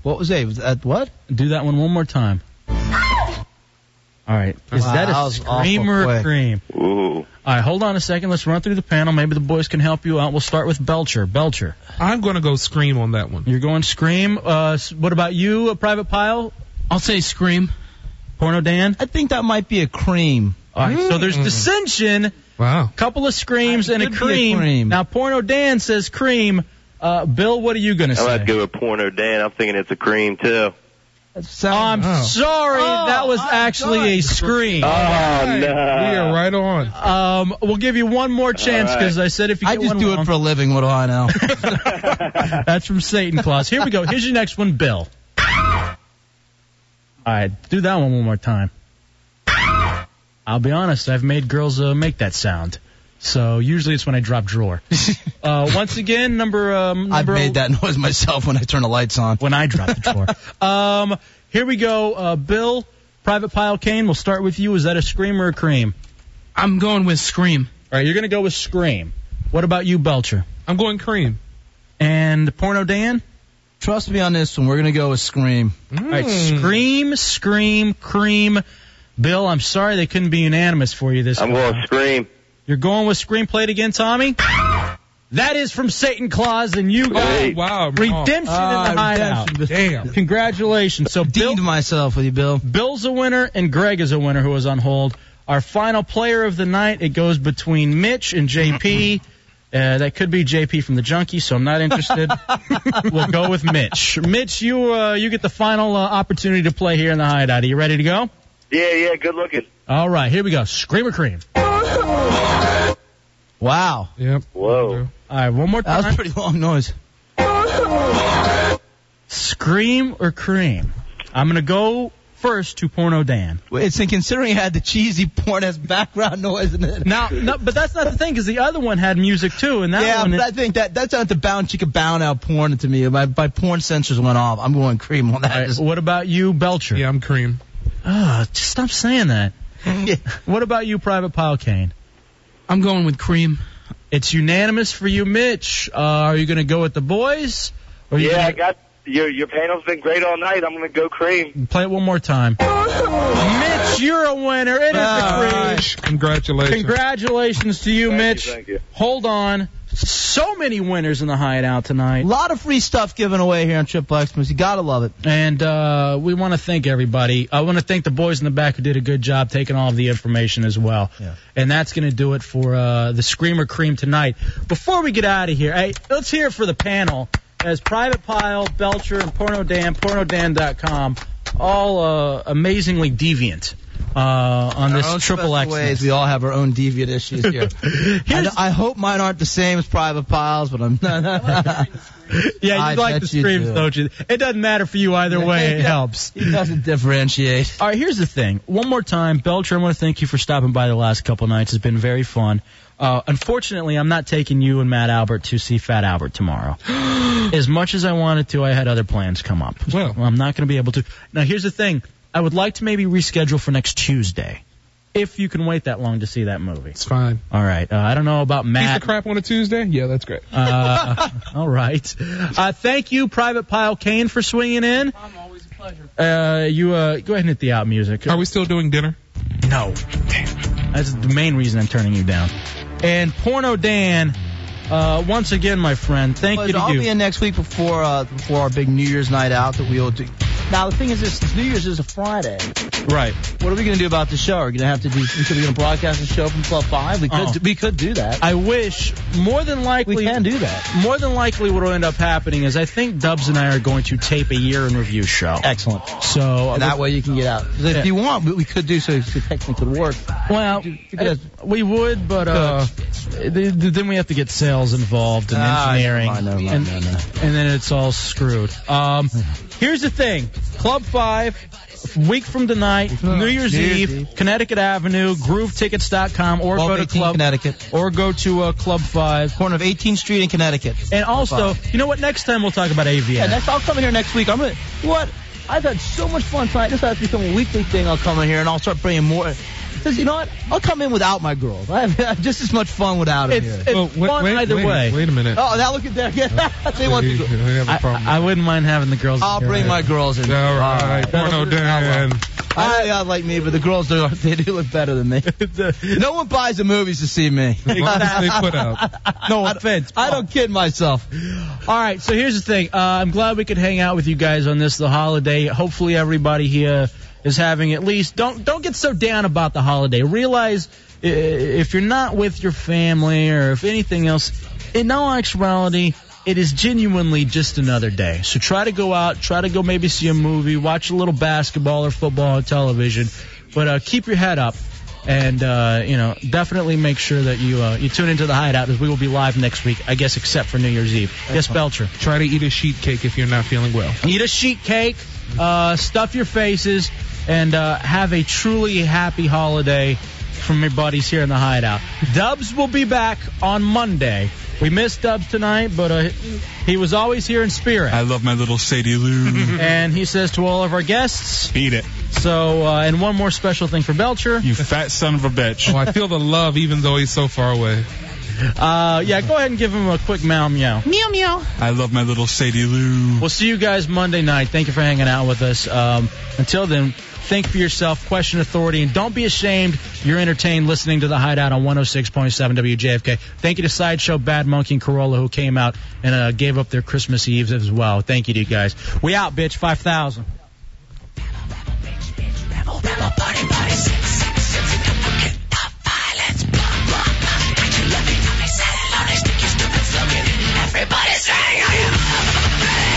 S18: What was that? Was that what?
S7: Do that one one more time. All right. Is
S18: Wow,
S7: that
S18: that
S7: a
S18: was
S7: scream
S18: awful
S7: or a
S18: quick.
S7: cream?
S4: Ooh.
S7: All right, hold on a second. Let's run through the panel. Maybe the boys can help you out. We'll start with Belcher. Belcher.
S24: I'm going to go scream on that one.
S7: You're going scream. Uh, s- what about you, a private pile?
S20: I'll say scream.
S7: Porno Dan?
S18: I think that might be a cream.
S7: All right, so there's
S18: Mm.
S7: dissension.
S24: Wow.
S7: Couple of screams and a
S18: could be a
S7: cream.
S18: cream.
S7: Now, Porno Dan says cream. Uh, Bill, what are you going to
S4: I'm
S7: say?
S4: about to go with Porno Dan. I'm thinking it's a cream, too.
S7: I'm
S24: Oh.
S7: sorry, that was actually a scream.
S4: Oh, no.
S24: We are right on.
S7: Um, we'll give you one more chance
S18: All right.
S7: because I said if you
S18: I
S7: get
S18: just
S7: one
S18: do
S7: wrong-
S18: it for a living. What do I know?
S7: That's from Satan Claus. Here we go. Here's your next one, Bill. All right, do that one one more time. I'll be honest, I've made girls uh, make that sound. So usually it's when I drop drawer. Uh, once again, number um,
S18: I've
S7: number
S18: made that noise myself when I turn the lights on.
S7: When I drop the drawer. um, here we go, uh, Bill. Private Pile Kane, we'll start with you. Is that a scream or a cream?
S20: I'm going with scream.
S7: All right, you're gonna go with scream. What about you, Belcher?
S24: I'm going cream.
S7: And Porno Dan?
S18: Trust me on this one. We're gonna go with scream.
S7: All right,
S20: Mm.
S7: scream, scream, cream. Bill, I'm sorry they couldn't be unanimous for you this
S4: I'm
S7: go
S4: going scream.
S7: You're going with screenplay it again, Tommy? That is from Satan Claus and you
S4: Hey.
S7: guys.
S24: Wow. I'm wrong.
S7: Redemption in the
S18: Ah,
S7: hideout.
S24: Damn.
S7: Congratulations. So Bill,
S18: Deemed myself with you, Bill.
S7: Bill's a winner and Greg is a winner who was on hold. Our final player of the night, it goes between Mitch and JP. Uh, that could be JP from the Junkie, so I'm not interested. we'll go with Mitch. Mitch, you uh, you get the final uh, opportunity to play here in the hideout. Are you ready to go?
S9: Yeah, yeah, good looking.
S7: All right, here we go. Screamer cream.
S18: Wow,
S24: Yep.
S4: Whoa.
S7: All right, one more
S18: that was
S7: time.
S18: a pretty long noise.
S7: Scream or cream? I'm gonna go first to Porno Dan.
S18: It's and considering it had the cheesy porn as background noise in it.
S7: Now, no, but that's not the thing, because the other one had music too, and that
S18: yeah,
S7: one.
S18: but I think that that's not the bound chick bound out porn to me. My my porn sensors went off. I'm going cream on that.
S7: All right,
S18: Just-
S7: what about you, Belcher?
S24: Yeah, I'm cream.
S7: Ah, just stop saying that. What about you, Private Pile Kane?
S20: I'm going with cream.
S7: It's unanimous for you, Mitch. Uh, are you gonna go with the boys? Or are you
S4: Yeah, I
S7: gonna
S4: got your your panel's been great all night. I'm gonna go cream.
S7: play it one more time. Mitch, you're a winner. It is the
S18: Ah,
S7: cream.
S24: Congratulations.
S7: Congratulations to you, Mitch.
S4: Thank you.
S7: Hold on. So many winners in the hideout tonight.
S18: A lot of free stuff given away here on Triple Xmas. You gotta love it.
S7: And uh, we want to thank everybody. I want to thank the boys in the back who did a good job taking all of the information as well.
S18: Yeah.
S7: And that's going to do it for uh, the Screamer Cream tonight. Before we get out of here, hey, let's hear it for the panel as Private Pile, Belcher, and Porno Dan, PornoDan.com, all uh, amazingly deviant.
S18: uh, on
S7: this
S18: triple X. Ways we all have our own deviant issues here. I, I hope mine aren't the same as Private Piles, but I'm not.
S7: Yeah, you
S18: I
S7: like
S18: bet
S7: the
S18: you
S7: screams,
S18: do.
S7: don't you? It doesn't matter for you either way. It helps.
S18: It doesn't differentiate.
S7: All right, here's the thing. One more time, Belcher, I want to thank you for stopping by the last couple nights. It's been very fun. Uh, unfortunately, I'm not taking you and Matt Albert to see Fat Albert tomorrow. as much as I wanted to, I had other plans come up. Well, I'm not going to be able to. Now, here's the thing. I would like to maybe reschedule for next Tuesday, if you can wait that long to see that movie. It's
S24: fine.
S7: All right. Uh, I don't know about Matt.
S24: Piece of crap on a Tuesday? Yeah, that's great.
S7: Uh, all right. Uh, thank you, Private Pile Kane, for swinging in. I'm always a pleasure. Uh, you uh, go ahead and hit the out music. Are we
S24: still doing dinner?
S7: No. That's the main reason I'm turning you down. And Porno Dan, uh, once again, my friend, thank
S18: But
S7: you to
S18: I'll
S7: you.
S18: be in next week before uh, before our big New Year's night out that we'll do. Now the thing is, this New Year's is a Friday.
S7: Right.
S18: What are we going to do about the show? Are we going to have to do? Are we going to broadcast the show from Club Five? We could.
S7: Oh.
S18: do- we could do that.
S7: I wish more than likely
S18: we can do that.
S7: More than likely, what will end up happening is I think Dubs and I are going to tape a year in review show. Excellent. So uh,
S18: And that way you can get out. 'Cause If
S7: Yeah.
S18: you want, we, we could do so. If the technique could work.
S7: Well, uh, we would, but uh, th- th- then we have to get sales involved and
S18: Ah,
S7: engineering,
S18: never mind, never mind,
S7: and,
S18: no, no.
S7: and then it's all screwed. Um, here's the thing: Club Five, week from tonight, New Year's
S18: New Year's
S7: Eve, Connecticut Avenue, GrooveTickets.com, or
S18: Off
S7: go to
S18: 18
S7: Club
S18: Connecticut,
S7: or go to uh, Club Five,
S18: corner of 18th Street in Connecticut.
S7: and also,
S18: Five.
S7: you know what? Next time we'll talk about AVN.
S18: Yeah, next I'll come in here next week. I'm gonna what? I've had so much fun tonight. This has to become a weekly thing. I'll come in here and I'll start bringing more. Because you know what? I'll come in without my girls. I have, I have just as much fun without them.
S7: It's-
S18: here.
S7: it's Well, wait- fun wait- either wait a- way. wait a minute.
S18: Oh, now look at that. they want to. go-
S7: I, I wouldn't mind having the girls.
S18: I'll bring my girls in. All right,
S7: Porno Dan.
S18: I know y'all like me, but the girls do, they do look better than me. no one buys the movies to see me.
S7: No offense.
S18: I don't kid myself.
S7: All right, so here's the thing. Uh, I'm glad we could hang out with you guys on this the holiday. Hopefully everybody here is having at least don't don't get so down about the holiday. Realize i- if you're not with your family or if anything else, in all actuality, it is genuinely just another day. So try to go out, try to go maybe see a movie, watch a little basketball or football on television, but uh, keep your head up. And uh, you know, definitely make sure that you uh, you tune into the Hideout as we will be live next week. I guess except for New Year's Eve. Yes, Belcher.
S24: Try to eat a sheet cake if you're not feeling well.
S7: Eat a sheet cake, uh, stuff your faces, and uh, have a truly happy holiday from your buddies here in the Hideout. Dubs will be back on Monday. We missed Dubs tonight, but uh, he was always here in spirit.
S6: I love my little Sadie Lou.
S7: and he says to all of our guests,
S6: Eat it.
S7: So, uh, and one more special thing for Belcher.
S6: You fat son of a bitch.
S24: Oh, I feel the love even though he's so far away.
S7: Uh, yeah, go ahead and give him a quick meow meow.
S5: Meow meow.
S6: I love my little Sadie Lou.
S7: We'll see you guys Monday night. Thank you for hanging out with us. Um, until then, think for yourself, question authority, and don't be ashamed. You're entertained listening to The Hideout on 106.7 WJFK. Thank you to Sideshow, Bad Monkey, and Corolla who came out and uh, gave up their Christmas Eves as well. Thank you to you guys. We out, bitch. 5,000.
S14: Everybody's hanging.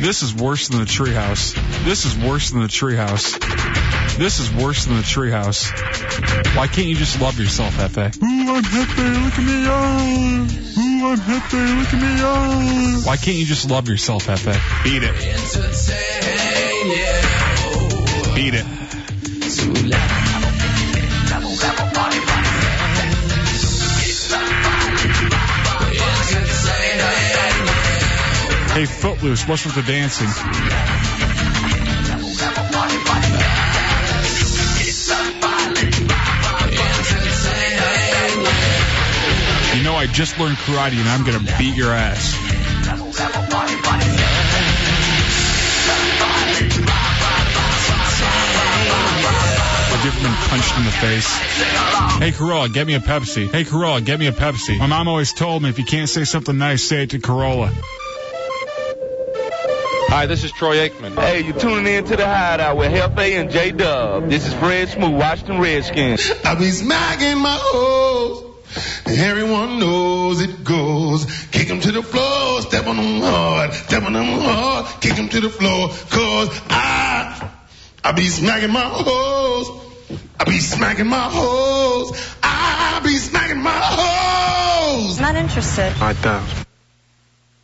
S6: This is worse than the treehouse. This is worse than the treehouse. This is worse than the treehouse. Why can't you just love yourself, Hefe?
S14: Ooh, I'm happy. Look at me. Oh. Ooh, I'm happy. Look at me. Oh.
S6: Why can't you just love yourself, Hefe? Beat it. Beat it. Hey, Footloose, what's with the dancing? You know, I just learned karate and I'm gonna beat your ass. Have you ever been punched in the face? Hey, Corolla, get me a Pepsi. Hey, Corolla, get me a Pepsi. My mom always told me if you can't say something nice, say it to Corolla.
S3: Hi, this is Troy Aikman. Hey, you're tuning in to the Hideout with Hefe and J Dub. This is Fred Smooth, Washington Redskins.
S26: I be smacking my hoes. and Everyone knows it goes. Kick 'em to the floor, step on them hard, step on them hard, kick 'em to the floor, cause I, I be smacking my hoes. I be smacking my hoes. I be smacking my hoes.
S27: Not interested.
S26: I don't.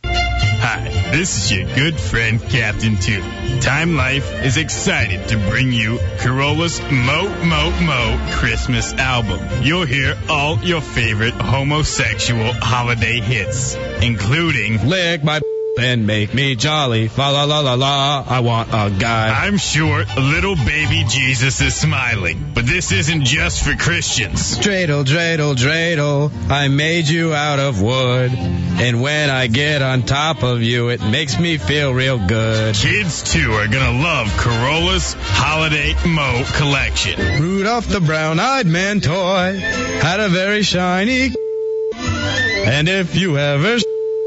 S22: Hi, this is your good friend Captain Two. Time Life is excited to bring you Corolla's Mo Mo Mo Christmas album. You'll hear all your favorite homosexual holiday hits, including Lick My and Make Me Jolly. La la la la la. I want a guy. I'm sure little baby Jesus is smiling, but this isn't just for Christians.
S13: Dreidel, dreidel, dreidel, I made you out of wood. And when I get on top of you, it makes me feel real good.
S22: Kids too are gonna love Corolla's Holiday Mo collection.
S13: Rudolph the brown-eyed man toy had a very shiny. And if you ever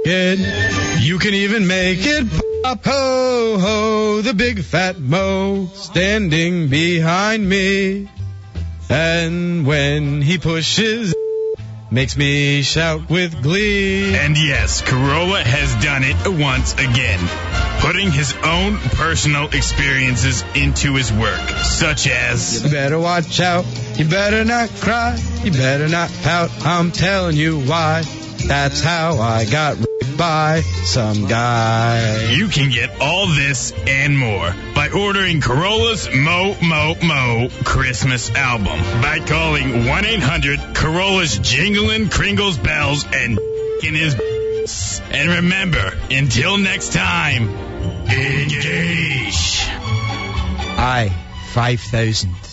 S13: it, you can even make it pop. Ho ho, the big fat mo standing behind me. And when he pushes, makes me shout with glee.
S22: And yes, Corolla has done it once again, putting his own personal experiences into his work, such as
S13: You better watch out. You better not cry. You better not pout. I'm telling you why. That's how I got raped by some guy.
S22: You can get all this and more by ordering Corolla's Mo Mo Mo Christmas album by calling 1 800 Corolla's Jingling Kringles Bells and in his. And remember, until next time, engage. I 5,000.